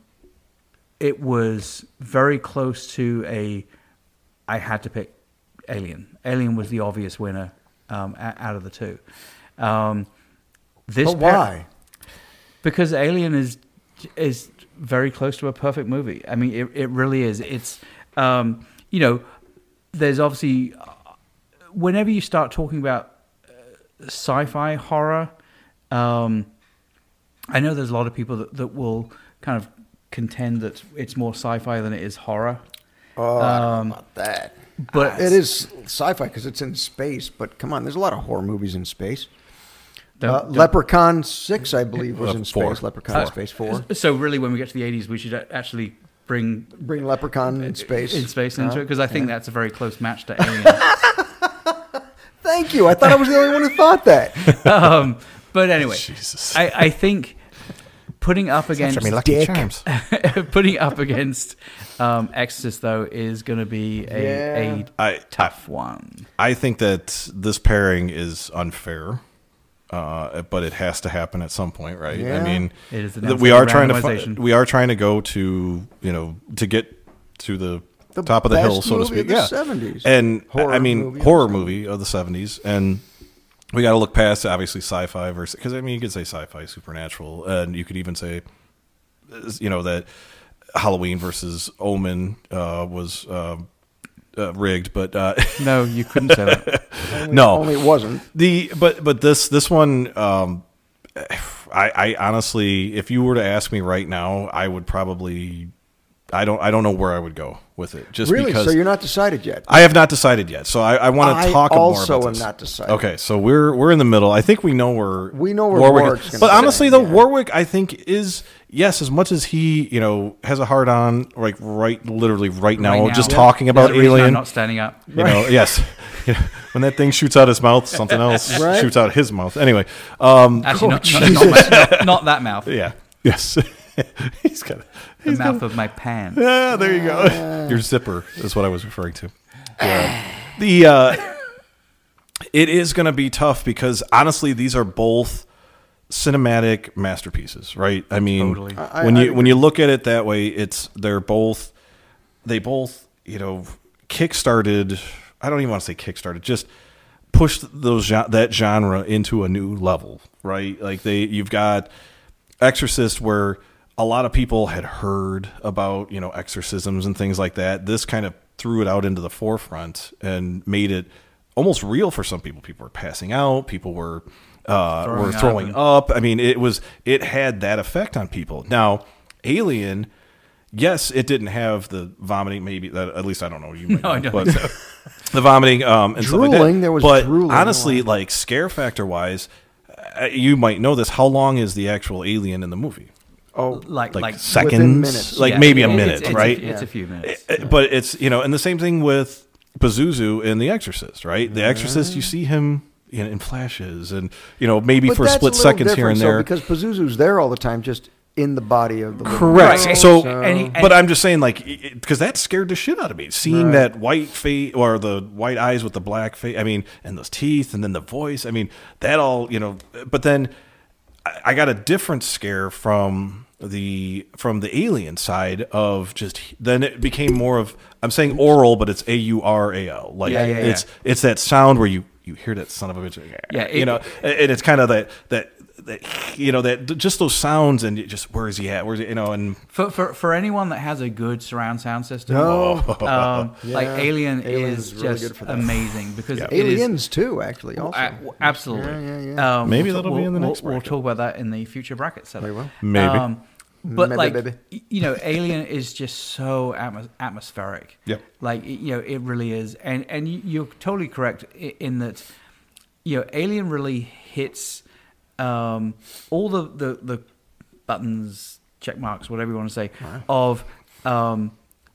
[SPEAKER 1] it was very close to a. I had to pick Alien. Alien was the obvious winner um, a- out of the two. Um, this
[SPEAKER 2] But
[SPEAKER 1] pair-
[SPEAKER 2] why?
[SPEAKER 1] because Alien is is very close to a perfect movie. I mean, it it really is. It's um, you know, there's obviously whenever you start talking about uh, sci-fi horror, um, I know there's a lot of people that, that will kind of contend that it's more sci-fi than it is horror.
[SPEAKER 2] Oh, I don't know about that.
[SPEAKER 1] um, but-
[SPEAKER 2] it is sci-fi because it's in space. But come on, there's a lot of horror movies in space.
[SPEAKER 1] Don't-
[SPEAKER 2] Uh,
[SPEAKER 1] don't-
[SPEAKER 2] Leprechaun Six, I believe, was
[SPEAKER 3] Uh,
[SPEAKER 2] in
[SPEAKER 3] four.
[SPEAKER 2] space. Leprechaun in
[SPEAKER 1] Uh,
[SPEAKER 2] Space Four.
[SPEAKER 1] So really, when we get to the 80s, we should a- actually bring
[SPEAKER 2] Bring Leprechaun in space.
[SPEAKER 1] in space into it because I think that's a very close match to Alien.
[SPEAKER 2] Thank you. I thought I was the only one who thought that.
[SPEAKER 1] um, but anyway,
[SPEAKER 3] Jesus.
[SPEAKER 1] I, I think putting up against
[SPEAKER 3] I mean, Lucky
[SPEAKER 2] dick.
[SPEAKER 3] Charms.
[SPEAKER 1] putting up against um, Exorcist though is going to be a,
[SPEAKER 2] Yeah.
[SPEAKER 1] a
[SPEAKER 3] I-
[SPEAKER 1] tough one.
[SPEAKER 3] I think that this pairing is unfair, uh, but it has to happen at some point, right? I
[SPEAKER 2] Yeah.
[SPEAKER 3] mean,
[SPEAKER 1] It is an
[SPEAKER 3] th- we are
[SPEAKER 1] outside
[SPEAKER 3] trying to
[SPEAKER 1] randomization.
[SPEAKER 3] fi- we are trying to go to you know to get to the,
[SPEAKER 2] The
[SPEAKER 3] top of the hill,
[SPEAKER 2] best
[SPEAKER 3] so to
[SPEAKER 2] movie
[SPEAKER 3] speak.
[SPEAKER 2] of the
[SPEAKER 3] yeah,
[SPEAKER 2] 70s.
[SPEAKER 3] and I- I
[SPEAKER 2] Horror
[SPEAKER 3] mean
[SPEAKER 2] movie of
[SPEAKER 3] horror
[SPEAKER 2] the
[SPEAKER 3] movie of the seventies, and we got to look past obviously sci-fi versus because I mean you could say sci-fi, supernatural, and you could even say you know that Halloween versus Omen uh, was. Uh, uh, rigged, but uh,
[SPEAKER 1] No, you couldn't say that.
[SPEAKER 3] no,
[SPEAKER 2] Only it wasn't.
[SPEAKER 3] the but but this this one um I, I honestly if you were to ask me right now i would probably i don't i don't know where i would go with it just
[SPEAKER 2] Really?
[SPEAKER 3] because
[SPEAKER 2] So you're not decided yet?
[SPEAKER 3] i have not decided yet so i, I want
[SPEAKER 2] I
[SPEAKER 3] to talk
[SPEAKER 2] also
[SPEAKER 3] more about
[SPEAKER 2] am
[SPEAKER 3] this.
[SPEAKER 2] not decided.
[SPEAKER 3] okay so we're we're in the middle i think we know where
[SPEAKER 2] We know where Warwick's gonna
[SPEAKER 3] but
[SPEAKER 2] sit,
[SPEAKER 3] honestly though
[SPEAKER 2] yeah.
[SPEAKER 3] warwick i think is yes as much as he you know has a hard on like right literally right now,
[SPEAKER 1] Right now.
[SPEAKER 3] just
[SPEAKER 1] Yeah.
[SPEAKER 3] talking about
[SPEAKER 1] There's a reason I'm
[SPEAKER 3] alien
[SPEAKER 1] not standing up.
[SPEAKER 3] you know, yes. You know, when that thing shoots out his mouth, something else
[SPEAKER 2] Right.
[SPEAKER 3] shoots out his mouth. Anyway, um,
[SPEAKER 1] Actually, not, not, not, my, not, not that mouth.
[SPEAKER 3] yeah, yes, he's got.
[SPEAKER 1] The mouth of my pants.
[SPEAKER 3] Ah, there you go. Your zipper is what I was referring to. Yeah. the uh, it is going to be tough because honestly, these are both cinematic masterpieces, right? I mean,
[SPEAKER 1] Totally.
[SPEAKER 2] I-
[SPEAKER 3] when
[SPEAKER 2] I
[SPEAKER 3] you when you look at it that way, it's they're both they both you know kickstarted. I don't even want to say kickstarted, just pushed those gen- that genre into a new level, right? Like they you've got Exorcist where a lot of people had heard about, you know, exorcisms and things like that. This kind of threw it out into the forefront and made it almost real for some people. People were passing out, people were uh,
[SPEAKER 1] Throwing
[SPEAKER 3] were
[SPEAKER 1] up
[SPEAKER 3] throwing
[SPEAKER 1] and-
[SPEAKER 3] up. I mean, it was it had that effect on people. Now, Alien, yes, it didn't have the vomiting. Maybe that at least I don't know. You might
[SPEAKER 1] No,
[SPEAKER 3] know,
[SPEAKER 1] I don't
[SPEAKER 3] but
[SPEAKER 1] think so.
[SPEAKER 3] the vomiting um, and stuff like
[SPEAKER 2] Drooling,
[SPEAKER 3] that.
[SPEAKER 2] there was
[SPEAKER 3] but
[SPEAKER 2] drooling.
[SPEAKER 3] honestly, like scare factor wise, uh, you might know this. How long is the actual Alien in the movie?
[SPEAKER 2] Oh,
[SPEAKER 1] Like,
[SPEAKER 3] Like,
[SPEAKER 1] like,
[SPEAKER 3] seconds,
[SPEAKER 2] minutes.
[SPEAKER 3] like
[SPEAKER 1] yeah,
[SPEAKER 3] maybe a
[SPEAKER 1] it's-
[SPEAKER 3] minute,
[SPEAKER 1] it's- it's a-
[SPEAKER 3] right?
[SPEAKER 1] it's a few minutes.
[SPEAKER 3] Uh, But it's you know, and the same thing with Pazuzu in The Exorcist, right? The Exorcist, you see him in, in flashes, and you know maybe
[SPEAKER 2] Ah. But
[SPEAKER 3] for
[SPEAKER 2] that's a
[SPEAKER 3] split
[SPEAKER 2] little
[SPEAKER 3] seconds here
[SPEAKER 2] different,
[SPEAKER 3] and
[SPEAKER 2] so,
[SPEAKER 3] there.
[SPEAKER 2] because Pazuzu's there all the time, just in the body of the living
[SPEAKER 3] Correct.
[SPEAKER 1] Right.
[SPEAKER 3] So,
[SPEAKER 1] And he- and-
[SPEAKER 3] but I'm just saying, like, because that scared the shit out of me. Seeing that white face or the white eyes with the black face. I mean, and those teeth, and then the voice. I mean, that all you know. But then I, I got a different scare from the from the alien side of just. Then it became more of I'm saying oral, but it's a u r a l. Like
[SPEAKER 1] Yeah, yeah, yeah.
[SPEAKER 3] it's it's that sound where you you hear that son of a bitch. like,
[SPEAKER 1] Yeah,
[SPEAKER 3] you
[SPEAKER 1] it-
[SPEAKER 3] know, and it's kind of that that. That, you know that just those sounds and it just where is he at? Where's he, you know? And
[SPEAKER 1] For, for for anyone that has a good surround sound system,
[SPEAKER 2] No.
[SPEAKER 1] um, like
[SPEAKER 2] Yeah.
[SPEAKER 1] Alien,
[SPEAKER 2] Alien
[SPEAKER 1] is,
[SPEAKER 2] is really
[SPEAKER 1] just
[SPEAKER 2] good for that.
[SPEAKER 1] amazing because it is-
[SPEAKER 2] Aliens too, actually. Also,
[SPEAKER 1] a- w- absolutely.
[SPEAKER 2] Yeah, yeah, yeah.
[SPEAKER 1] Um,
[SPEAKER 3] Maybe
[SPEAKER 1] we'll-
[SPEAKER 3] that'll be
[SPEAKER 1] we'll-
[SPEAKER 3] in the
[SPEAKER 1] we'll-
[SPEAKER 3] next
[SPEAKER 1] We'll
[SPEAKER 3] bracket.
[SPEAKER 1] talk about that in the future bracket setup.
[SPEAKER 2] Very well.
[SPEAKER 3] Maybe.
[SPEAKER 1] but
[SPEAKER 2] Maybe,
[SPEAKER 1] like,
[SPEAKER 2] maybe.
[SPEAKER 1] y- you know, Alien is just so atmos- atmospheric.
[SPEAKER 3] Yep.
[SPEAKER 1] Like, it- you know, it really is, and and you- you're totally correct i- in that. You know, Alien really hits um, all the, the the buttons, check marks, whatever you want to say, of um,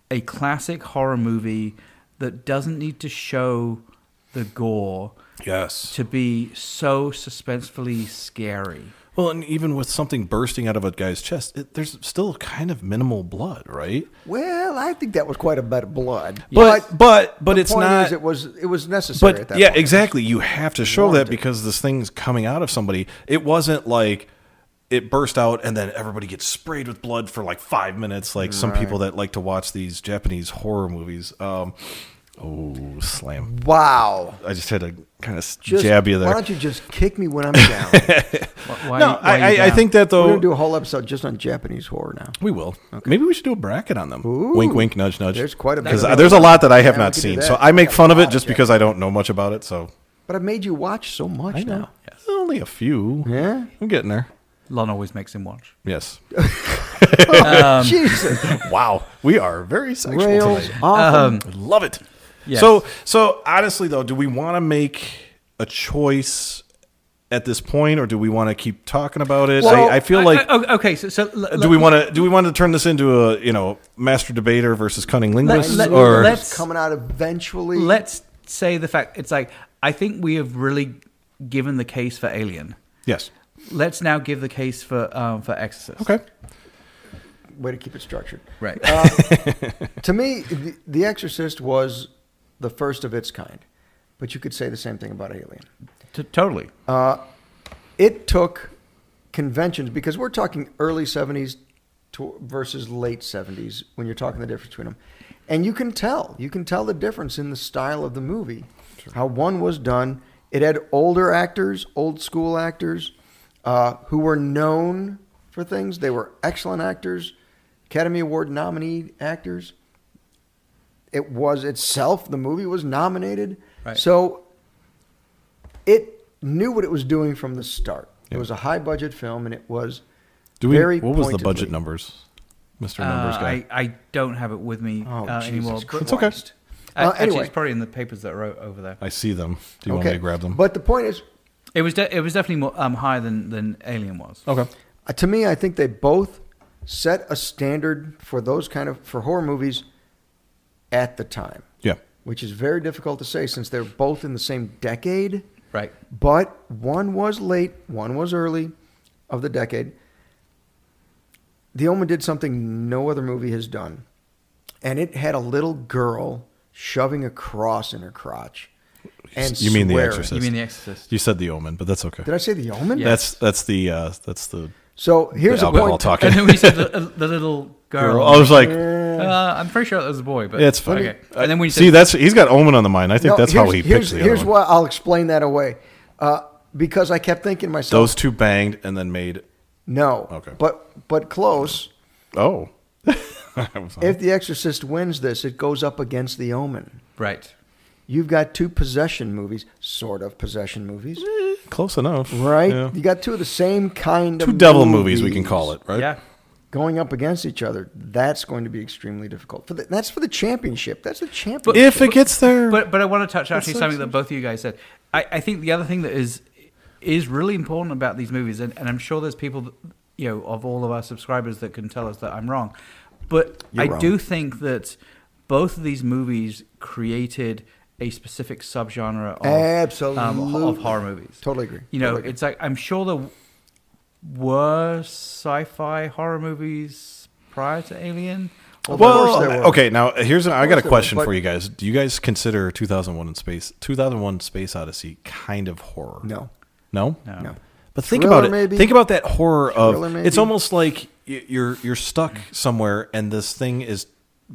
[SPEAKER 1] a classic horror movie that doesn't need to show the gore
[SPEAKER 3] yes.
[SPEAKER 1] to be so suspensefully scary.
[SPEAKER 3] Well, and even with something bursting out of a guy's chest, it, there's still kind of minimal blood, right?
[SPEAKER 2] Well, I think that was quite a bit of blood,
[SPEAKER 3] But but but
[SPEAKER 2] the
[SPEAKER 3] it's
[SPEAKER 2] point
[SPEAKER 3] not.
[SPEAKER 2] Is it was it was necessary at
[SPEAKER 3] but
[SPEAKER 2] that
[SPEAKER 3] yeah,
[SPEAKER 2] point.
[SPEAKER 3] exactly. You have to show that
[SPEAKER 2] warranted.
[SPEAKER 3] because this thing's coming out of somebody. It wasn't like it burst out and then everybody gets sprayed with blood for like five minutes, like some people that like to watch these Japanese horror movies. Um, oh, slam!
[SPEAKER 2] Wow.
[SPEAKER 3] I just had to kind of
[SPEAKER 2] Just,
[SPEAKER 3] jab you
[SPEAKER 2] Why
[SPEAKER 3] there.
[SPEAKER 2] don't you just kick me when I'm down? We're
[SPEAKER 1] Wh- Why,
[SPEAKER 3] No,
[SPEAKER 1] why are you
[SPEAKER 3] I, I, I
[SPEAKER 1] down?
[SPEAKER 3] think that though
[SPEAKER 2] gonna do a whole episode just on Japanese horror now.
[SPEAKER 3] We will. Maybe we should do a bracket on them. Wink, wink, nudge, nudge.
[SPEAKER 2] There's quite a bit
[SPEAKER 3] because
[SPEAKER 2] of
[SPEAKER 3] there's a lot that I have
[SPEAKER 2] Yeah, we
[SPEAKER 3] not
[SPEAKER 2] could do
[SPEAKER 3] seen,
[SPEAKER 2] that.
[SPEAKER 3] so I make
[SPEAKER 2] Yeah,
[SPEAKER 3] fun of
[SPEAKER 2] a
[SPEAKER 3] it
[SPEAKER 2] lot,
[SPEAKER 3] just
[SPEAKER 2] yeah.
[SPEAKER 3] because I don't know much about it. So
[SPEAKER 2] But I've made you watch so much now.
[SPEAKER 3] only a few.
[SPEAKER 2] Yeah.
[SPEAKER 3] I'm getting there.
[SPEAKER 1] Lon always makes him watch.
[SPEAKER 3] Yes. Um,
[SPEAKER 2] Jesus,
[SPEAKER 3] wow, we are very sexual
[SPEAKER 2] rails
[SPEAKER 3] tonight.
[SPEAKER 2] off.
[SPEAKER 3] I love it.
[SPEAKER 1] Um, Yes.
[SPEAKER 3] So, so honestly though, do we want to make a choice at this point, or do we want to keep talking about it?
[SPEAKER 2] Well,
[SPEAKER 3] I, I feel like.
[SPEAKER 1] Uh, okay, so, so l- l-
[SPEAKER 3] do we want to do we want to turn this into a you know master debater versus cunning linguist
[SPEAKER 1] let-
[SPEAKER 3] or
[SPEAKER 1] let-
[SPEAKER 2] It's coming out eventually.
[SPEAKER 1] let's say the fact it's like I think we have really given the case for Alien.
[SPEAKER 3] yes
[SPEAKER 1] Let's now give the case for um, for Exorcist.
[SPEAKER 3] okay
[SPEAKER 2] way to keep it structured.
[SPEAKER 1] Right.
[SPEAKER 2] Uh, to me, the, the Exorcist was the first of its kind, but you could say the same thing about Alien.
[SPEAKER 1] T- totally.
[SPEAKER 2] It took conventions because we're talking early '70s to, versus late '70s when you're talking the difference between them, and you can tell you can tell the difference in the style of the movie, how one was done. It had older actors, old school actors, uh, who were known for things. They were excellent actors, Academy Award nominee actors it was itself. The movie was nominated,
[SPEAKER 1] Right.
[SPEAKER 2] so it knew what it was doing from the start. It
[SPEAKER 3] Yeah.
[SPEAKER 2] was a high budget film, and it was
[SPEAKER 3] Do we?
[SPEAKER 2] very
[SPEAKER 3] what was the
[SPEAKER 2] pointedly-
[SPEAKER 3] budget numbers, Mister Numbers
[SPEAKER 1] Uh,
[SPEAKER 3] Guy?
[SPEAKER 1] I, I don't have it with me
[SPEAKER 2] Oh,
[SPEAKER 1] uh,
[SPEAKER 2] Jesus
[SPEAKER 1] anymore. but-
[SPEAKER 2] Christ.
[SPEAKER 3] It's okay.
[SPEAKER 1] Uh,
[SPEAKER 2] Uh,
[SPEAKER 1] actually,
[SPEAKER 2] anyway.
[SPEAKER 1] it's probably in the papers that I wrote over there.
[SPEAKER 3] I see them. Do you want me to grab them?
[SPEAKER 2] But the point is,
[SPEAKER 1] It was de- it was definitely more, um, higher than, than Alien was.
[SPEAKER 3] okay.
[SPEAKER 2] Uh, to me, I think they both set a standard for those kind of for horror movies at the time,
[SPEAKER 3] Yeah.
[SPEAKER 2] which is very difficult to say since they're both in the same decade.
[SPEAKER 1] Right.
[SPEAKER 2] But one was late, one was early of the decade. The Omen did something no other movie has done, and it had a little girl shoving a cross in her crotch. And
[SPEAKER 3] You mean The
[SPEAKER 2] swearing.
[SPEAKER 3] Exorcist.
[SPEAKER 1] You mean The Exorcist?
[SPEAKER 3] You said the Omen, but that's okay.
[SPEAKER 2] Did I say the Omen?
[SPEAKER 1] Yeah.
[SPEAKER 3] That's that's the uh, that's the
[SPEAKER 2] So here's
[SPEAKER 3] the
[SPEAKER 2] a
[SPEAKER 3] alcohol
[SPEAKER 2] point.
[SPEAKER 3] talking.
[SPEAKER 1] and then we said the, uh, the little girl.
[SPEAKER 3] I was like,
[SPEAKER 1] uh, I'm pretty sure that was a boy, but
[SPEAKER 3] it's fine.
[SPEAKER 1] Okay. And then we
[SPEAKER 3] see that's he's got Omen on the mind. I think
[SPEAKER 2] No,
[SPEAKER 3] that's how he
[SPEAKER 2] here's-
[SPEAKER 3] picks
[SPEAKER 2] here's,
[SPEAKER 3] the
[SPEAKER 2] here's
[SPEAKER 3] other one.
[SPEAKER 2] why I'll explain that away. Uh, because I kept thinking to myself,
[SPEAKER 3] Those two banged and then made.
[SPEAKER 2] no,
[SPEAKER 3] Okay.
[SPEAKER 2] but but close.
[SPEAKER 3] Oh. I was like,
[SPEAKER 2] If The Exorcist wins this, it goes up against The Omen.
[SPEAKER 1] right.
[SPEAKER 2] You've got two possession movies, sort of possession movies,
[SPEAKER 3] Close enough,
[SPEAKER 2] right?
[SPEAKER 3] Yeah.
[SPEAKER 2] You got two of the same kind
[SPEAKER 3] Two
[SPEAKER 2] of
[SPEAKER 3] devil movies, we can call it, right?
[SPEAKER 1] Yeah.
[SPEAKER 2] going up against each other. That's going to be extremely difficult. For the, that's for the championship. That's the championship.
[SPEAKER 3] If it gets there,
[SPEAKER 1] But but I want to touch actually
[SPEAKER 3] so
[SPEAKER 1] something that both of you guys said. I, I think the other thing that is is really important about these movies, and, and I'm sure there's people that, you know of all of our subscribers that can tell us that I'm wrong, but I
[SPEAKER 2] wrong.
[SPEAKER 1] do think that both of these movies created a specific subgenre of um,
[SPEAKER 2] Absolutely.
[SPEAKER 1] of horror movies.
[SPEAKER 2] Totally agree.
[SPEAKER 1] You know,
[SPEAKER 2] Totally agree.
[SPEAKER 1] it's like I'm sure there were sci-fi horror movies prior to Alien.
[SPEAKER 2] Of
[SPEAKER 3] well,
[SPEAKER 2] course there were.
[SPEAKER 3] okay. Now here's I got
[SPEAKER 2] there
[SPEAKER 3] a
[SPEAKER 2] were,
[SPEAKER 3] question
[SPEAKER 2] but-
[SPEAKER 3] for you guys. Do you guys consider 2001 in space 2001 Space Odyssey kind of horror?
[SPEAKER 2] no,
[SPEAKER 3] No.
[SPEAKER 1] No.
[SPEAKER 2] no.
[SPEAKER 3] But think
[SPEAKER 2] Thriller,
[SPEAKER 3] about it.
[SPEAKER 2] maybe?
[SPEAKER 3] Think about that horror
[SPEAKER 2] Thriller,
[SPEAKER 3] of
[SPEAKER 2] maybe?
[SPEAKER 3] it's almost like y- you're you're stuck somewhere and this thing is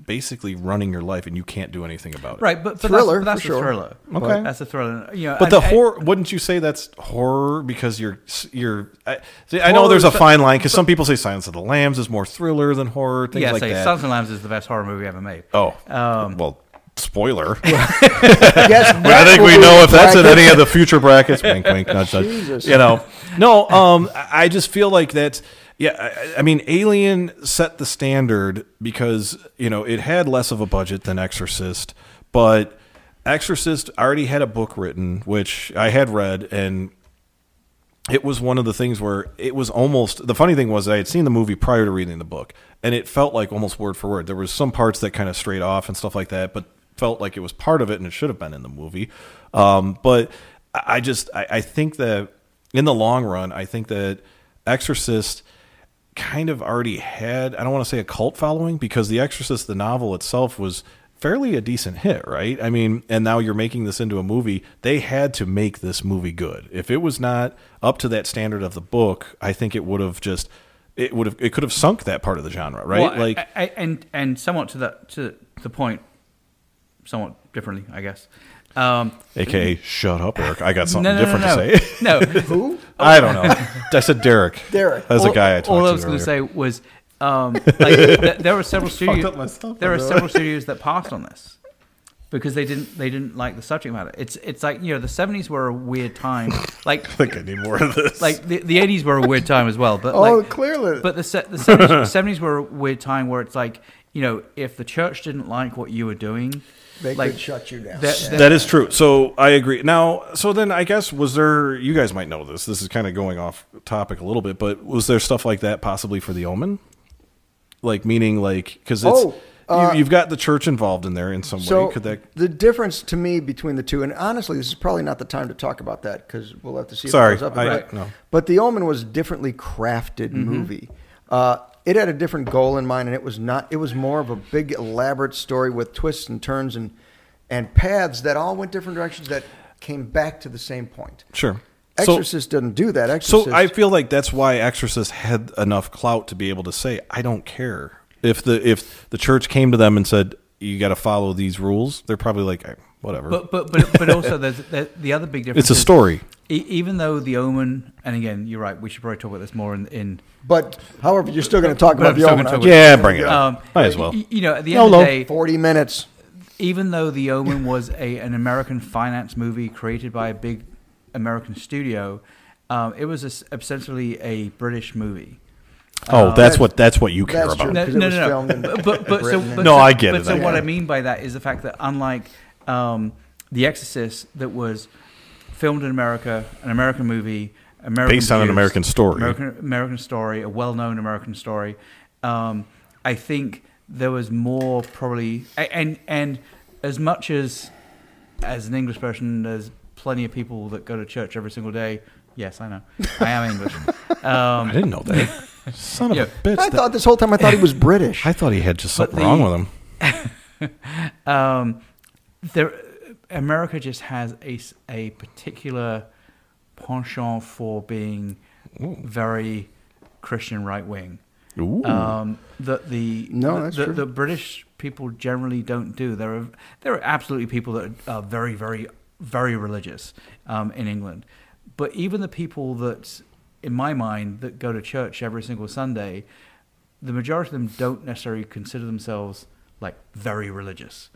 [SPEAKER 3] basically running your life and you can't do anything about it.
[SPEAKER 1] Right, but, but
[SPEAKER 2] Thriller,
[SPEAKER 1] that's, that's
[SPEAKER 2] for
[SPEAKER 1] a
[SPEAKER 2] sure.
[SPEAKER 1] thriller.
[SPEAKER 3] Okay.
[SPEAKER 1] that's a thriller. You know,
[SPEAKER 3] But
[SPEAKER 1] and-
[SPEAKER 3] the
[SPEAKER 1] and-
[SPEAKER 3] horror, wouldn't you say that's horror because you're you're? I, see, I know
[SPEAKER 1] Horror
[SPEAKER 3] there's a
[SPEAKER 1] is-
[SPEAKER 3] fine line because some people say Silence of the Lambs is more thriller than horror, things
[SPEAKER 1] yeah,
[SPEAKER 3] like
[SPEAKER 1] say
[SPEAKER 3] that.
[SPEAKER 1] Sons and Lambs is the best horror movie ever made.
[SPEAKER 3] oh,
[SPEAKER 1] Um,
[SPEAKER 3] well, spoiler.
[SPEAKER 2] Yes,
[SPEAKER 3] But I
[SPEAKER 2] that
[SPEAKER 3] think
[SPEAKER 2] will
[SPEAKER 3] we
[SPEAKER 2] be
[SPEAKER 3] know if that's in
[SPEAKER 2] bracket.
[SPEAKER 3] any of the future brackets. wink, wink, nudge, nudge.
[SPEAKER 2] Jesus.
[SPEAKER 3] You know, no. Um, I I just feel like that's yeah. I, I mean, Alien set the standard because you know it had less of a budget than Exorcist, but Exorcist already had a book written, which I had read, and it was one of the things where it was almost the funny thing was I had seen the movie prior to reading the book, and it felt like almost word for word. There was some parts that kind of strayed off and stuff like that, but felt like it was part of it and it should have been in the movie. Um, but I I just I, I think that in the long run, I think that Exorcist kind of already had I don't want to say a cult following because The Exorcist the novel itself was fairly a decent hit, right? I mean, and now you're making this into a movie. They had to make this movie good. If it was not up to that standard of the book, I think it would have just it would have it could have sunk that part of the genre, right?
[SPEAKER 1] Well,
[SPEAKER 3] like
[SPEAKER 1] I, I, and and somewhat to that to the point, somewhat differently, I guess. Um,
[SPEAKER 3] aka shut up, Eric. I got
[SPEAKER 1] no,
[SPEAKER 3] something
[SPEAKER 1] no,
[SPEAKER 3] different
[SPEAKER 1] no,
[SPEAKER 3] to say.
[SPEAKER 1] no. no.
[SPEAKER 2] Who?
[SPEAKER 3] I don't know. I said Derek.
[SPEAKER 2] Derek.
[SPEAKER 3] That's a
[SPEAKER 1] All-
[SPEAKER 3] guy I talked
[SPEAKER 1] all
[SPEAKER 3] to.
[SPEAKER 1] I was going
[SPEAKER 3] earlier.
[SPEAKER 1] to say was um, like, th- there were several
[SPEAKER 3] up my
[SPEAKER 1] studios.
[SPEAKER 3] stuff,
[SPEAKER 1] There
[SPEAKER 3] I
[SPEAKER 1] are
[SPEAKER 3] know.
[SPEAKER 1] several studios that passed on this because they didn't they didn't like the subject matter. It's it's like you know the seventies were a weird time. Like
[SPEAKER 3] I think I need more of this.
[SPEAKER 1] like the the eighties were a weird time as well. But
[SPEAKER 2] Oh,
[SPEAKER 1] like,
[SPEAKER 2] clearly.
[SPEAKER 1] But the se- the seventies seventies were a weird time where it's like you know if the church didn't like what you were doing,
[SPEAKER 2] They
[SPEAKER 1] like,
[SPEAKER 2] could shut you down.
[SPEAKER 1] that-
[SPEAKER 2] Yeah.
[SPEAKER 1] that-
[SPEAKER 3] That is true. So I agree. Now, so then I guess was there? You guys might know this. This is kind of going off topic a little bit, but was there stuff like that possibly for the Omen? Like meaning like because it's
[SPEAKER 2] Oh, uh,
[SPEAKER 3] you, you've got the church involved in there in some
[SPEAKER 2] So
[SPEAKER 3] way. Could that?
[SPEAKER 2] the difference to me between the two, and honestly, this is probably not the time to talk about that because we'll have to see.
[SPEAKER 3] Sorry,
[SPEAKER 2] if it goes up
[SPEAKER 3] I- Mm-hmm.
[SPEAKER 2] right.
[SPEAKER 3] no.
[SPEAKER 2] But the Omen was a differently crafted movie. Uh, it had a different goal in mind, and it was not. It was more of a big, elaborate story with twists and turns and and paths that all went different directions that came back to the same point.
[SPEAKER 3] Sure. So,
[SPEAKER 2] Exorcist doesn't do that. Exorcist.
[SPEAKER 3] so I feel like that's why Exorcist had enough clout to be able to say, "I don't care." If the if the church came to them and said, "You got to follow these rules," they're probably like, "Eh, "Whatever."
[SPEAKER 1] but but but, but also there's there, the other big difference.
[SPEAKER 3] it's a
[SPEAKER 1] is
[SPEAKER 3] story.
[SPEAKER 1] E- even though the Omen, and again, you're right. We should probably talk about this more in. in
[SPEAKER 2] but however, you're still going to talk
[SPEAKER 1] But I'm
[SPEAKER 2] about the
[SPEAKER 1] still
[SPEAKER 2] Omen.
[SPEAKER 1] gonna talk
[SPEAKER 2] aren't you?
[SPEAKER 3] Yeah, bring it up.
[SPEAKER 1] um,
[SPEAKER 3] Might as well.
[SPEAKER 1] y- You know, at the end
[SPEAKER 3] YOLO.
[SPEAKER 1] of the day,
[SPEAKER 2] Forty minutes.
[SPEAKER 1] even though The Omen was a an American finance movie created by a big American studio, um, it was es- essentially a British movie.
[SPEAKER 3] Oh, that's,
[SPEAKER 2] that's-
[SPEAKER 3] what that's what you care
[SPEAKER 2] that's
[SPEAKER 3] about.
[SPEAKER 2] true.
[SPEAKER 1] No,
[SPEAKER 2] 'cause
[SPEAKER 1] no,
[SPEAKER 2] it was
[SPEAKER 1] no,
[SPEAKER 2] filmed in
[SPEAKER 1] no. But, but, but, so,
[SPEAKER 2] Britain.
[SPEAKER 1] but so-
[SPEAKER 3] No, I get
[SPEAKER 1] but
[SPEAKER 3] it,
[SPEAKER 1] So
[SPEAKER 3] I
[SPEAKER 1] what
[SPEAKER 2] get
[SPEAKER 1] I
[SPEAKER 2] it.
[SPEAKER 1] mean by that is the fact that unlike um, The Exorcist, that was filmed in America, an American movie, American
[SPEAKER 3] Based on an
[SPEAKER 1] produced,
[SPEAKER 3] American story.
[SPEAKER 1] American, American story, a well-known American story. Um, I think there was more probably, a- and and as much as as an English person, there's plenty of people that go to church every single day. Yes, I know. I am English. Um,
[SPEAKER 3] I didn't know that. Son of
[SPEAKER 1] Yeah.
[SPEAKER 3] a bitch!
[SPEAKER 2] I
[SPEAKER 3] that-
[SPEAKER 2] thought this whole time I thought he was British.
[SPEAKER 3] I thought he had just
[SPEAKER 1] But
[SPEAKER 3] something wrong
[SPEAKER 1] the-
[SPEAKER 3] with him.
[SPEAKER 1] um, there, America just has a, s- a particular penchant for being very Christian right wing.
[SPEAKER 3] Ooh.
[SPEAKER 1] Um, that the
[SPEAKER 2] No,
[SPEAKER 1] the-
[SPEAKER 2] that's
[SPEAKER 1] the,
[SPEAKER 2] true.
[SPEAKER 1] the British people generally don't do. There are there are absolutely people that are very very very religious um, in England, but even the people that, in my mind, that go to church every single Sunday, the majority of them don't necessarily consider themselves like very religious.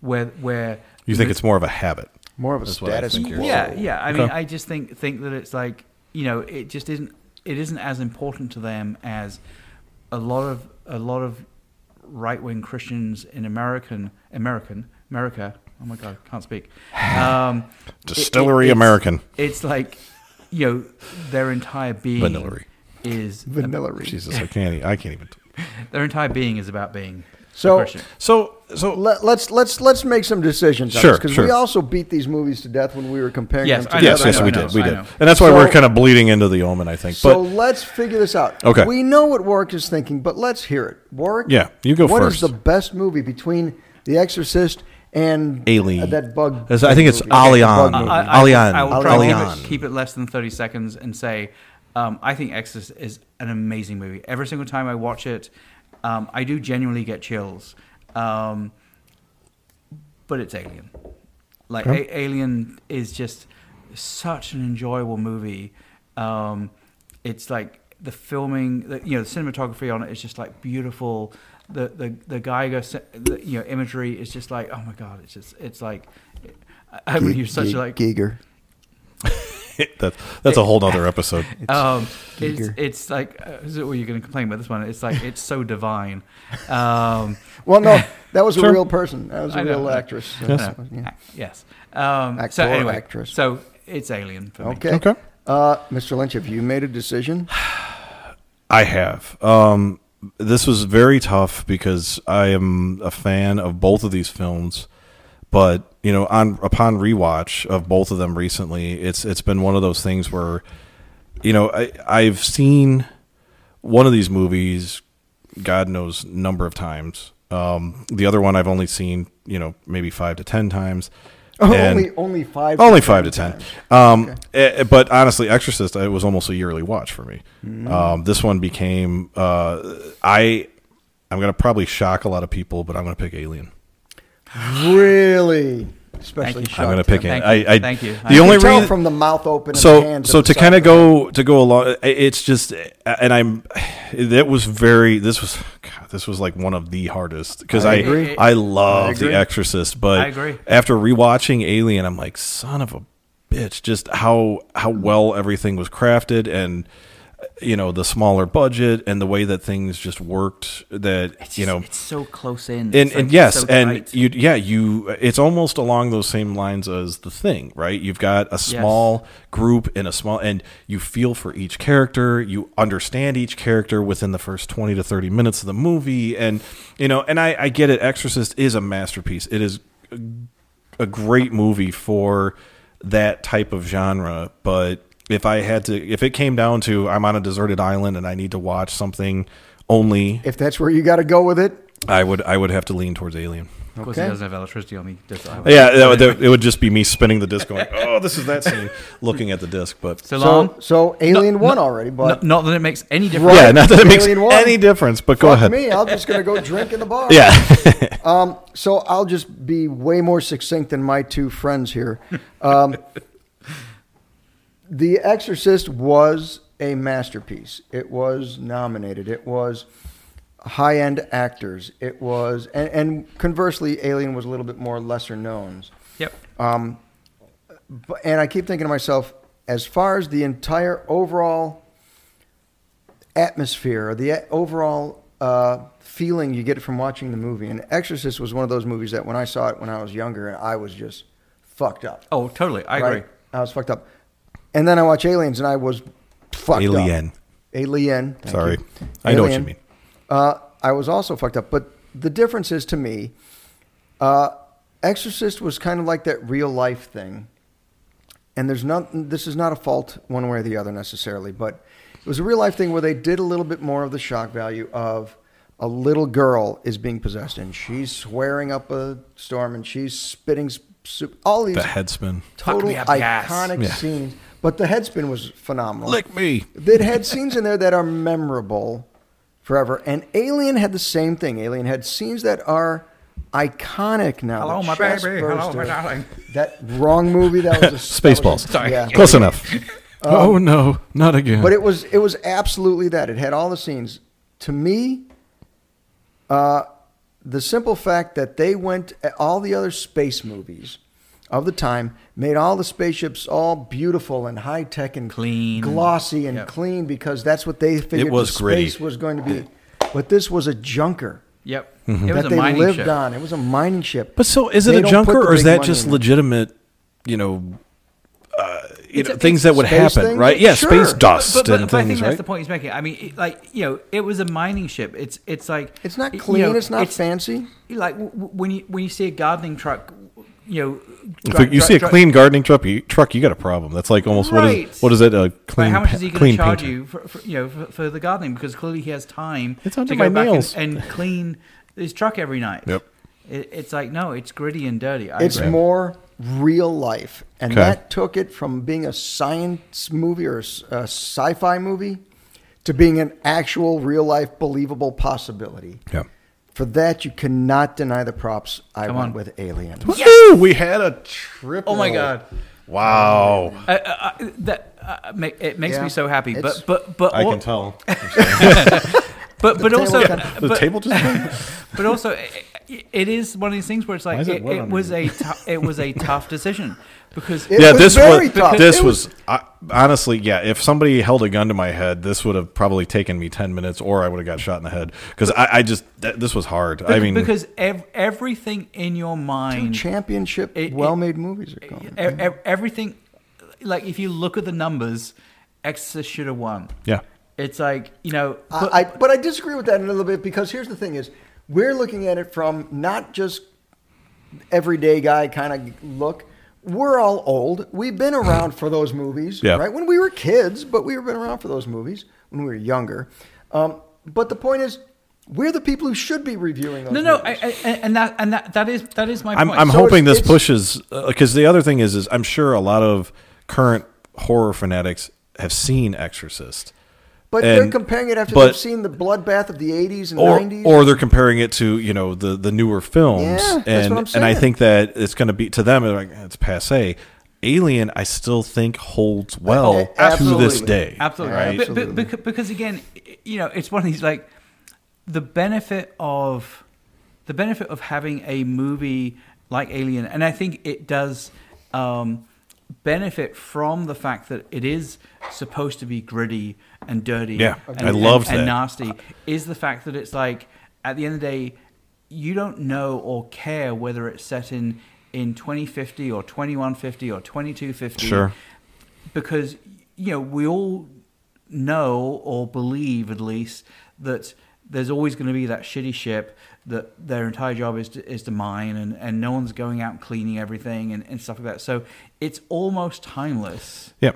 [SPEAKER 1] Where where
[SPEAKER 3] you think it's more of a habit?
[SPEAKER 2] More of a
[SPEAKER 3] That's what I
[SPEAKER 2] status
[SPEAKER 3] think you're
[SPEAKER 2] quo.
[SPEAKER 1] yeah, yeah. I mean,
[SPEAKER 3] Okay.
[SPEAKER 1] I just think think that it's like you know, it just isn't it isn't as important to them as a lot of a lot of right wing Christians in American American America. Oh my God, can't speak. Um, it- it-
[SPEAKER 3] Distillery
[SPEAKER 1] it's-
[SPEAKER 3] American.
[SPEAKER 1] It's like you know, their entire being
[SPEAKER 3] Vanillary.
[SPEAKER 1] is
[SPEAKER 2] Vanilla Reese.
[SPEAKER 3] Jesus, I can't. e, I can't even.
[SPEAKER 1] their entire being is about being a
[SPEAKER 2] So-
[SPEAKER 1] Christian.
[SPEAKER 3] So so
[SPEAKER 2] Let, let's let's let's make some decisions.
[SPEAKER 3] Sure,
[SPEAKER 2] because
[SPEAKER 3] sure.
[SPEAKER 2] we also beat these movies to death when we were comparing
[SPEAKER 1] Yes,
[SPEAKER 2] them.
[SPEAKER 1] I
[SPEAKER 2] to
[SPEAKER 1] know,
[SPEAKER 3] yes,
[SPEAKER 1] I
[SPEAKER 3] yes,
[SPEAKER 1] know,
[SPEAKER 3] we
[SPEAKER 1] I know,
[SPEAKER 3] did, we
[SPEAKER 1] I
[SPEAKER 3] did,
[SPEAKER 1] know.
[SPEAKER 3] and that's why we're
[SPEAKER 2] So-
[SPEAKER 3] kind of bleeding into the omen, I think. But
[SPEAKER 2] so let's figure this out.
[SPEAKER 3] Okay.
[SPEAKER 2] We know what Warwick is thinking, but let's hear it. Warwick.
[SPEAKER 3] Yeah, you go
[SPEAKER 2] What is
[SPEAKER 3] first.
[SPEAKER 2] the best movie between The Exorcist and
[SPEAKER 3] Alien.
[SPEAKER 2] uh, that bug?
[SPEAKER 3] That's- I think it's
[SPEAKER 2] movie. Okay, the bug
[SPEAKER 3] Alien.
[SPEAKER 2] movie.
[SPEAKER 3] Uh,
[SPEAKER 1] I, I,
[SPEAKER 3] Alien.
[SPEAKER 1] I will try to
[SPEAKER 3] Alien.
[SPEAKER 1] keep it, keep it less than 30 seconds and say, um, I think Exorcist is an amazing movie. Every single time I watch it, um, I do genuinely get chills. Um, but it's Alien. Like, A- Alien is just such an enjoyable movie. Um, it's like the filming, the, you know, the cinematography on it is just like beautiful. The the the Geiger, ci- the, you know, imagery is just like, oh my god, it's just it's like, I- I mean, you're such
[SPEAKER 2] Ge-
[SPEAKER 1] like
[SPEAKER 2] Giger.
[SPEAKER 3] that, that's a whole nother episode.
[SPEAKER 1] um, it's,
[SPEAKER 2] eager.
[SPEAKER 1] it's like, uh, is it what you're going to complain about this one? It's like, it's so divine. Um,
[SPEAKER 2] Well, no, that was a
[SPEAKER 3] Sure.
[SPEAKER 2] real person. That was a
[SPEAKER 1] I know.
[SPEAKER 2] real actress.
[SPEAKER 1] I
[SPEAKER 2] Yes.
[SPEAKER 1] know. Ah, yes. Um, so
[SPEAKER 2] Actor,
[SPEAKER 1] anyway,
[SPEAKER 2] actress.
[SPEAKER 1] so it's Alien for me.
[SPEAKER 2] Okay.
[SPEAKER 3] Okay.
[SPEAKER 2] Uh, Mr. Lynch, have you made a decision?
[SPEAKER 3] I have. Um, this was very tough because I am a fan of both of these films, but you know, on upon rewatch of both of them recently, it's it's been one of those things where, you know, I I've seen one of these movies, God knows number of times. Um, the other one I've only seen, you know, maybe five to ten times.
[SPEAKER 2] Oh,
[SPEAKER 3] And-
[SPEAKER 2] only only five.
[SPEAKER 3] only five to ten.
[SPEAKER 2] times.
[SPEAKER 3] Um, eh, but honestly, Exorcist it was almost a yearly watch for me.
[SPEAKER 1] Mm.
[SPEAKER 3] Um, this one became uh, I. I'm gonna probably shock a lot of people, but I'm gonna pick Alien.
[SPEAKER 2] Really, especially.
[SPEAKER 1] you.
[SPEAKER 2] shocked
[SPEAKER 3] I'm gonna pick
[SPEAKER 2] him.
[SPEAKER 3] it.
[SPEAKER 1] Thank you.
[SPEAKER 3] I, I,
[SPEAKER 1] Thank you.
[SPEAKER 3] The
[SPEAKER 1] I
[SPEAKER 3] only
[SPEAKER 2] You can tell
[SPEAKER 3] reason
[SPEAKER 2] from the mouth open. and the
[SPEAKER 3] so
[SPEAKER 2] hands
[SPEAKER 3] so
[SPEAKER 2] at
[SPEAKER 3] to
[SPEAKER 2] the
[SPEAKER 3] kind of
[SPEAKER 2] side.
[SPEAKER 3] go to go along it's just and i'm that was very this was God, this was like one of the hardest because
[SPEAKER 2] I
[SPEAKER 3] i
[SPEAKER 2] agree.
[SPEAKER 3] i love
[SPEAKER 2] I agree.
[SPEAKER 3] the exorcist but
[SPEAKER 1] I agree.
[SPEAKER 3] after rewatching alien i'm like son of a bitch just how how
[SPEAKER 1] Mm-hmm.
[SPEAKER 3] well everything was crafted and you know the smaller budget and the way that things just worked that
[SPEAKER 1] It's
[SPEAKER 3] you
[SPEAKER 1] just-
[SPEAKER 3] know
[SPEAKER 1] it's so close in.
[SPEAKER 3] and,
[SPEAKER 1] It's like
[SPEAKER 3] and yes,
[SPEAKER 1] so
[SPEAKER 3] and
[SPEAKER 1] tight.
[SPEAKER 3] you yeah you it's almost along those same lines as the thing, right? You've got a small group in a small, and you feel for each character, you understand each character within the first twenty to thirty minutes of the movie, and you know, and I, I get it. Exorcist is a masterpiece. It is a great movie for that type of genre, but if I had to, if it came down to I'm on a deserted island and I need to watch something only,
[SPEAKER 2] If that's where you got to go with it,
[SPEAKER 3] I would I would have to lean towards Alien.
[SPEAKER 1] of course,
[SPEAKER 2] okay.
[SPEAKER 1] he doesn't have electricity on the disc.
[SPEAKER 3] Yeah, that would, that- it would just be me spinning the disc, going, "Oh, this is that scene," looking at the disc. But
[SPEAKER 1] So long.
[SPEAKER 2] so so Alien
[SPEAKER 1] No,
[SPEAKER 2] won
[SPEAKER 1] no,
[SPEAKER 2] already, but
[SPEAKER 1] no- not that it makes any difference.
[SPEAKER 3] yeah, not that it makes
[SPEAKER 2] Alien one.
[SPEAKER 3] any difference. But go
[SPEAKER 2] fuck
[SPEAKER 3] ahead.
[SPEAKER 2] me, I'm just gonna go drink in the bar.
[SPEAKER 3] Yeah,
[SPEAKER 2] Um, so I'll just be way more succinct than my two friends here. Um, the Exorcist was a masterpiece. It was nominated. It was high end actors. It was, and, and conversely, Alien was a little bit more lesser knowns.
[SPEAKER 1] Yep.
[SPEAKER 2] Um, but, and I keep thinking to myself, as far as the entire overall atmosphere, or the a- overall uh, feeling you get from watching the movie, and Exorcist was one of those movies that when I saw it when I was younger, and I was just fucked up.
[SPEAKER 1] Oh, totally. I
[SPEAKER 2] right?
[SPEAKER 1] agree.
[SPEAKER 2] I was fucked up. And then I watch Aliens, and I was fucked up.
[SPEAKER 3] Alien.
[SPEAKER 2] Alien. thank
[SPEAKER 3] Sorry.
[SPEAKER 2] you.
[SPEAKER 3] I know what you mean.
[SPEAKER 2] Uh, I was also fucked up, but the difference is to me, uh, Exorcist was kind of like that real life thing, and there's not. This is not a fault one way or the other necessarily, but it was a real life thing where they did a little bit more of the shock value of a little girl is being possessed and she's swearing up a storm and she's spitting s- soup. All these
[SPEAKER 3] The head spin.
[SPEAKER 2] total
[SPEAKER 1] me up the ass.
[SPEAKER 2] iconic
[SPEAKER 3] Yeah.
[SPEAKER 2] scenes, but the head spin was phenomenal.
[SPEAKER 3] Lick me.
[SPEAKER 2] That had scenes in there that are memorable forever. And Alien had the same thing. Alien had scenes that are iconic now.
[SPEAKER 1] Hello,
[SPEAKER 2] The
[SPEAKER 1] my baby. Hello, my
[SPEAKER 2] chestburster.
[SPEAKER 1] darling.
[SPEAKER 2] That wrong movie. That was a that was
[SPEAKER 3] Spaceballs.
[SPEAKER 2] a-
[SPEAKER 1] Sorry.
[SPEAKER 2] Yeah.
[SPEAKER 3] Close enough. oh no, not again.
[SPEAKER 2] But it was it was absolutely that. It had all the scenes. To me, uh, the simple fact that they went all the other space movies of the time made all the spaceships all beautiful and high tech and
[SPEAKER 1] Clean.
[SPEAKER 2] glossy and
[SPEAKER 1] Yep.
[SPEAKER 2] clean because that's what they figured
[SPEAKER 3] was
[SPEAKER 2] the
[SPEAKER 3] gritty.
[SPEAKER 2] space was going to be. But this was a junker
[SPEAKER 1] Yep. It was
[SPEAKER 2] that
[SPEAKER 1] a
[SPEAKER 2] they
[SPEAKER 1] mining
[SPEAKER 2] lived
[SPEAKER 1] ship.
[SPEAKER 2] on. It was a mining ship.
[SPEAKER 3] But so is it
[SPEAKER 2] They
[SPEAKER 3] a
[SPEAKER 2] don't
[SPEAKER 3] junker
[SPEAKER 2] put the
[SPEAKER 3] or is
[SPEAKER 2] big
[SPEAKER 3] that
[SPEAKER 2] money
[SPEAKER 3] just
[SPEAKER 2] in it.
[SPEAKER 3] legitimate, you know, uh, you
[SPEAKER 1] It's
[SPEAKER 3] know
[SPEAKER 1] a-
[SPEAKER 3] things that would
[SPEAKER 2] space
[SPEAKER 3] happen,
[SPEAKER 2] thing?
[SPEAKER 3] right? Yeah,
[SPEAKER 2] Sure.
[SPEAKER 3] space
[SPEAKER 2] But-
[SPEAKER 3] dust
[SPEAKER 1] but, but,
[SPEAKER 3] and
[SPEAKER 1] but I think
[SPEAKER 3] things,
[SPEAKER 1] that's
[SPEAKER 3] right?
[SPEAKER 1] the point he's making. I mean, it, like you know, it was a mining ship. It's it's like
[SPEAKER 2] It's not
[SPEAKER 1] you
[SPEAKER 2] clean.
[SPEAKER 1] know,
[SPEAKER 2] it's not fancy.
[SPEAKER 1] Like w- w- when you when you see a gardening truck, you know,
[SPEAKER 3] if
[SPEAKER 1] dri-
[SPEAKER 3] you
[SPEAKER 1] dri-
[SPEAKER 3] see a
[SPEAKER 1] dri-
[SPEAKER 3] clean gardening truck, you, truck, you got a problem. That's like almost what
[SPEAKER 1] Right.
[SPEAKER 3] is what is it? A
[SPEAKER 1] Right,
[SPEAKER 3] clean,
[SPEAKER 1] how much
[SPEAKER 3] pa-
[SPEAKER 1] is he going
[SPEAKER 3] clean
[SPEAKER 1] to charge
[SPEAKER 3] painter.
[SPEAKER 1] you for, for you know for, for the gardening? Because clearly he has time
[SPEAKER 3] It's
[SPEAKER 1] to
[SPEAKER 3] under
[SPEAKER 1] go
[SPEAKER 3] my
[SPEAKER 1] back
[SPEAKER 3] nails.
[SPEAKER 1] and, and clean his truck every night.
[SPEAKER 3] Yep.
[SPEAKER 1] It, it's like no, it's gritty and dirty. I
[SPEAKER 2] It's
[SPEAKER 1] agree.
[SPEAKER 2] more real life, and
[SPEAKER 3] Okay.
[SPEAKER 2] that took it from being a science movie or a s- a sci-fi movie to being an actual real life believable possibility.
[SPEAKER 3] Yeah.
[SPEAKER 2] For that, you cannot deny the props. I
[SPEAKER 1] Come
[SPEAKER 2] went
[SPEAKER 1] on.
[SPEAKER 2] with Alien.
[SPEAKER 3] Woo! We had a triple.
[SPEAKER 1] Oh my god.
[SPEAKER 3] Wow.
[SPEAKER 1] I, I, I- that uh, ma- it makes
[SPEAKER 2] Yeah.
[SPEAKER 1] me so happy.
[SPEAKER 2] It's-
[SPEAKER 1] But but but
[SPEAKER 3] I
[SPEAKER 1] al-
[SPEAKER 3] can tell.
[SPEAKER 1] but but
[SPEAKER 2] table
[SPEAKER 1] also
[SPEAKER 2] can-
[SPEAKER 3] The
[SPEAKER 1] but,
[SPEAKER 3] table just.
[SPEAKER 1] but also it, it is one of these things where it's
[SPEAKER 3] Why
[SPEAKER 1] like
[SPEAKER 3] is it
[SPEAKER 1] it,
[SPEAKER 3] wet
[SPEAKER 1] it
[SPEAKER 3] on
[SPEAKER 1] was
[SPEAKER 3] your-
[SPEAKER 1] a tou- it was a tough decision because
[SPEAKER 2] It
[SPEAKER 3] yeah,
[SPEAKER 2] was
[SPEAKER 3] this
[SPEAKER 2] very
[SPEAKER 3] was
[SPEAKER 2] tough.
[SPEAKER 3] this
[SPEAKER 2] It
[SPEAKER 3] was, I, honestly, yeah. If somebody held a gun to my head, this would have probably taken me ten minutes, or I would have got shot in the head because I, I just th- this was hard. I mean,
[SPEAKER 1] because ev- everything in your
[SPEAKER 2] Two
[SPEAKER 1] mind
[SPEAKER 2] championship,
[SPEAKER 1] It- it-
[SPEAKER 2] well-made movies are going.
[SPEAKER 1] e- e- everything like if you look at the numbers Exorcist should have won
[SPEAKER 3] yeah,
[SPEAKER 1] it's like you know but-
[SPEAKER 2] I, I, but I disagree with that a little bit because here's the thing: is we're looking at it from not just everyday guy kind of look. We're all old. We've been around for those movies,
[SPEAKER 3] Yeah.
[SPEAKER 2] right? When we were kids, but we were been around for those movies when we were younger. Um, but the point is, we're the people who should be reviewing those.
[SPEAKER 1] no no I,
[SPEAKER 2] movies.
[SPEAKER 1] I, and that and that that is that is my
[SPEAKER 3] I'm,
[SPEAKER 1] point
[SPEAKER 3] I'm
[SPEAKER 2] So
[SPEAKER 3] hoping
[SPEAKER 2] it's-
[SPEAKER 3] this
[SPEAKER 2] it's-
[SPEAKER 3] pushes because the other thing is, is I'm sure a lot of current horror fanatics have seen Exorcist,
[SPEAKER 2] but they're
[SPEAKER 3] and-
[SPEAKER 2] comparing it after
[SPEAKER 3] but-
[SPEAKER 2] they've seen the bloodbath of the '80s and
[SPEAKER 3] or
[SPEAKER 2] '90s.
[SPEAKER 3] or they're comparing it to you know the the newer films,
[SPEAKER 2] Yeah, that's
[SPEAKER 3] and
[SPEAKER 2] what I'm
[SPEAKER 3] and I
[SPEAKER 2] saying.
[SPEAKER 3] think that it's going to be to them they're like it's passe. Alien, I still think holds well to this
[SPEAKER 2] absolutely.
[SPEAKER 3] day.
[SPEAKER 1] absolutely
[SPEAKER 2] Yeah,
[SPEAKER 1] But- but-
[SPEAKER 2] absolutely.
[SPEAKER 1] becau- because again i- you know it's one of these like the benefit of the benefit of having a movie like alien and i think it does um, benefit from the fact that it is supposed to be gritty and dirty
[SPEAKER 3] Yeah,
[SPEAKER 1] and,
[SPEAKER 3] I loved
[SPEAKER 1] and,
[SPEAKER 3] that.
[SPEAKER 1] and nasty is the fact that it's like at the end of the day you don't know or care whether it's set in in 2050 or 2150 or 2250
[SPEAKER 3] Sure.
[SPEAKER 1] because you know we all know or believe at least that there's always going to be that shitty ship that their entire job is to, is to mine and, and no one's going out and cleaning everything and, and stuff like that so it's almost timeless
[SPEAKER 3] Yeah.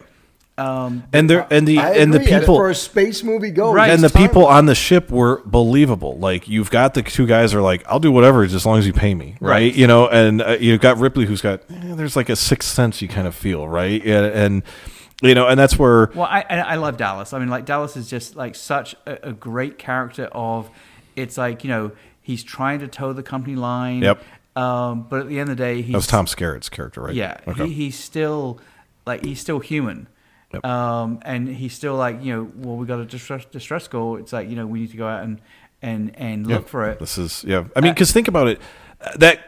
[SPEAKER 1] um
[SPEAKER 3] And there and the
[SPEAKER 2] I
[SPEAKER 3] and the
[SPEAKER 2] agree, as
[SPEAKER 3] people
[SPEAKER 2] for a space movie goes,
[SPEAKER 1] Right.
[SPEAKER 3] and the
[SPEAKER 2] it's timeless.
[SPEAKER 3] people on the ship were believable. Like you've got the two guys who are like, I'll do whatever as long as you pay me, right?
[SPEAKER 1] Right.
[SPEAKER 3] You know, and uh, you've got Ripley who's got eh, there's like a sixth sense you kind of feel, right? And, and you know, and that's where
[SPEAKER 1] well i and i love dallas i mean like dallas is just like such a, a great character of it's like you know he's trying to toe the company line
[SPEAKER 3] Yep.
[SPEAKER 1] um but at the end of the day he's
[SPEAKER 3] that was Tom Skerritt's character, right?
[SPEAKER 1] Yeah,
[SPEAKER 3] Okay.
[SPEAKER 1] he, he's still like he's still human,
[SPEAKER 3] Yep.
[SPEAKER 1] um, and he's still like you know, well, we got a distress distress call. It's like you know, we need to go out and and and look
[SPEAKER 3] Yeah.
[SPEAKER 1] for it.
[SPEAKER 3] This is yeah. I mean, because think about it. Uh, That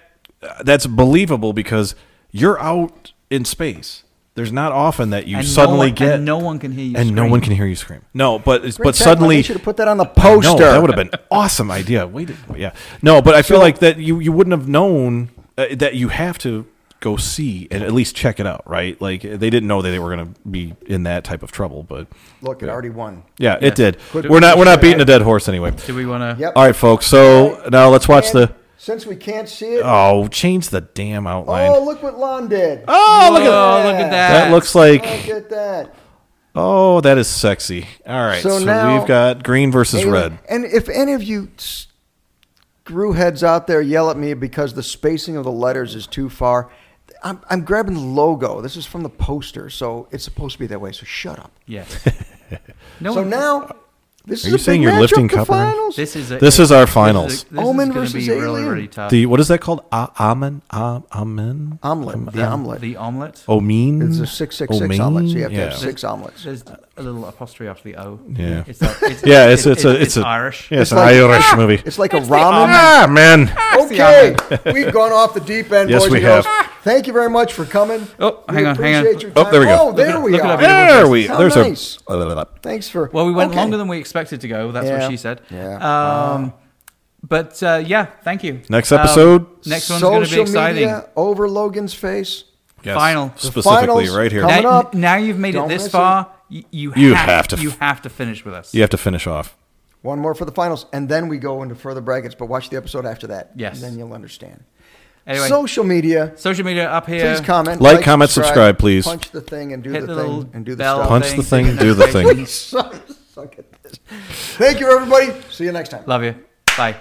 [SPEAKER 3] uh, that's believable because you're out in space. There's not often that you
[SPEAKER 1] And no
[SPEAKER 3] suddenly
[SPEAKER 1] one- and
[SPEAKER 3] get
[SPEAKER 1] no one can hear you
[SPEAKER 3] and no
[SPEAKER 1] scream.
[SPEAKER 3] one can hear you scream. No, but it's
[SPEAKER 2] Great
[SPEAKER 3] but
[SPEAKER 2] tagline.
[SPEAKER 3] suddenly
[SPEAKER 2] they should have put that on the
[SPEAKER 3] I know,
[SPEAKER 2] poster.
[SPEAKER 3] that would have been awesome idea. Wait, a- yeah, no, but I feel like that you you wouldn't have known uh, that you have to go see and at least check it out, right? Like they didn't know that they were going to be in that type of trouble, but
[SPEAKER 2] Look, it already won.
[SPEAKER 3] yeah, it did.
[SPEAKER 2] Good-
[SPEAKER 3] we're not we're not beating a dead horse anyway.
[SPEAKER 1] Do we want to?
[SPEAKER 2] Yep.
[SPEAKER 3] All right, folks. So now let's watch
[SPEAKER 2] And
[SPEAKER 3] the.
[SPEAKER 2] Since we can't see it.
[SPEAKER 3] Oh, change the damn outline.
[SPEAKER 2] Oh,
[SPEAKER 3] Oh,
[SPEAKER 2] look what Lon did. Oh,
[SPEAKER 3] look at that.
[SPEAKER 1] look at that.
[SPEAKER 3] That looks Oh, like
[SPEAKER 2] Look at that.
[SPEAKER 3] oh, that is sexy. All right,
[SPEAKER 2] So
[SPEAKER 3] so,
[SPEAKER 2] now-
[SPEAKER 3] we've got green versus
[SPEAKER 2] Anyway,
[SPEAKER 3] red.
[SPEAKER 2] And if any of you screw heads out there yell at me because the spacing of the letters is too far, I'm, I'm grabbing the logo. This is from the poster, so it's supposed to be that way. So shut up.
[SPEAKER 1] Yes. No
[SPEAKER 2] So
[SPEAKER 1] one-
[SPEAKER 2] now, this
[SPEAKER 3] Are
[SPEAKER 2] is
[SPEAKER 3] you
[SPEAKER 2] a
[SPEAKER 3] saying
[SPEAKER 2] big
[SPEAKER 3] you're
[SPEAKER 2] matchup,
[SPEAKER 3] lifting
[SPEAKER 2] the
[SPEAKER 3] copper?
[SPEAKER 2] finals.
[SPEAKER 1] this is a,
[SPEAKER 3] This is our finals.
[SPEAKER 1] This is, this is
[SPEAKER 2] Omen
[SPEAKER 1] gonna
[SPEAKER 2] versus
[SPEAKER 1] be really,
[SPEAKER 2] Alien.
[SPEAKER 1] really tough.
[SPEAKER 3] The what is that called? Ah, amen, ah, amen.
[SPEAKER 2] omelet, the omelet.
[SPEAKER 1] um, the omelet.
[SPEAKER 3] Oh, mean.
[SPEAKER 2] it's a six six six omelet, so you have to have
[SPEAKER 3] Oh, Yeah.
[SPEAKER 2] six omelets.
[SPEAKER 1] There's a little apostrophe after the O.
[SPEAKER 3] Yeah.
[SPEAKER 1] It's, like, it's,
[SPEAKER 3] Yeah, it's it's, a it's, a
[SPEAKER 1] Irish.
[SPEAKER 3] Yeah,
[SPEAKER 2] It's
[SPEAKER 3] it's, an
[SPEAKER 2] like- Ah!
[SPEAKER 3] Irish movie.
[SPEAKER 2] It's like a ramen.
[SPEAKER 3] ah man.
[SPEAKER 2] Okay, we've gone off the deep end,
[SPEAKER 3] Yes,
[SPEAKER 2] boys
[SPEAKER 3] we
[SPEAKER 2] and girls.
[SPEAKER 3] have.
[SPEAKER 2] Thank you very much for coming.
[SPEAKER 1] Oh,
[SPEAKER 2] We
[SPEAKER 1] hang on, hang on.
[SPEAKER 2] appreciate your
[SPEAKER 3] Oh,
[SPEAKER 2] time.
[SPEAKER 3] there we go.
[SPEAKER 2] Oh, there we
[SPEAKER 1] look it
[SPEAKER 2] are.
[SPEAKER 1] up.
[SPEAKER 3] There we.
[SPEAKER 2] How
[SPEAKER 3] There's
[SPEAKER 2] Oh, nice.
[SPEAKER 3] a.
[SPEAKER 2] Thanks for.
[SPEAKER 1] Well, we went
[SPEAKER 2] okay.
[SPEAKER 1] longer than we expected to go. That's
[SPEAKER 2] Yeah.
[SPEAKER 1] what she said.
[SPEAKER 2] Yeah.
[SPEAKER 1] Um, But uh, yeah, thank you.
[SPEAKER 3] Next
[SPEAKER 1] Um,
[SPEAKER 3] episode?
[SPEAKER 1] next one's
[SPEAKER 2] Social
[SPEAKER 1] going to be exciting.
[SPEAKER 2] media over Logan's face.
[SPEAKER 3] Yes,
[SPEAKER 1] Final. The
[SPEAKER 3] Specifically,
[SPEAKER 2] finals
[SPEAKER 3] right here.
[SPEAKER 2] coming
[SPEAKER 1] now,
[SPEAKER 2] up.
[SPEAKER 1] now you've made
[SPEAKER 2] Don't
[SPEAKER 1] it this
[SPEAKER 2] miss
[SPEAKER 1] far. You, you,
[SPEAKER 3] You
[SPEAKER 1] have,
[SPEAKER 3] have to f-
[SPEAKER 1] You have to finish with us.
[SPEAKER 3] You have to finish off.
[SPEAKER 2] One more for the finals, and then we go into further brackets. But watch the episode after that.
[SPEAKER 1] Yes.
[SPEAKER 2] And then you'll understand.
[SPEAKER 1] Anyway,
[SPEAKER 2] Social media.
[SPEAKER 1] social media up here.
[SPEAKER 2] Please comment.
[SPEAKER 3] Like, comment, subscribe, please.
[SPEAKER 2] Punch the thing and do
[SPEAKER 1] Hit
[SPEAKER 2] the,
[SPEAKER 1] the little
[SPEAKER 2] thing and do the
[SPEAKER 1] bell
[SPEAKER 2] stuff.
[SPEAKER 3] Punch
[SPEAKER 1] thing,
[SPEAKER 3] the thing,
[SPEAKER 1] hit the
[SPEAKER 3] do the
[SPEAKER 1] notifications.
[SPEAKER 2] Suck at this. Thank you, everybody. See you next time.
[SPEAKER 1] Love you. Bye.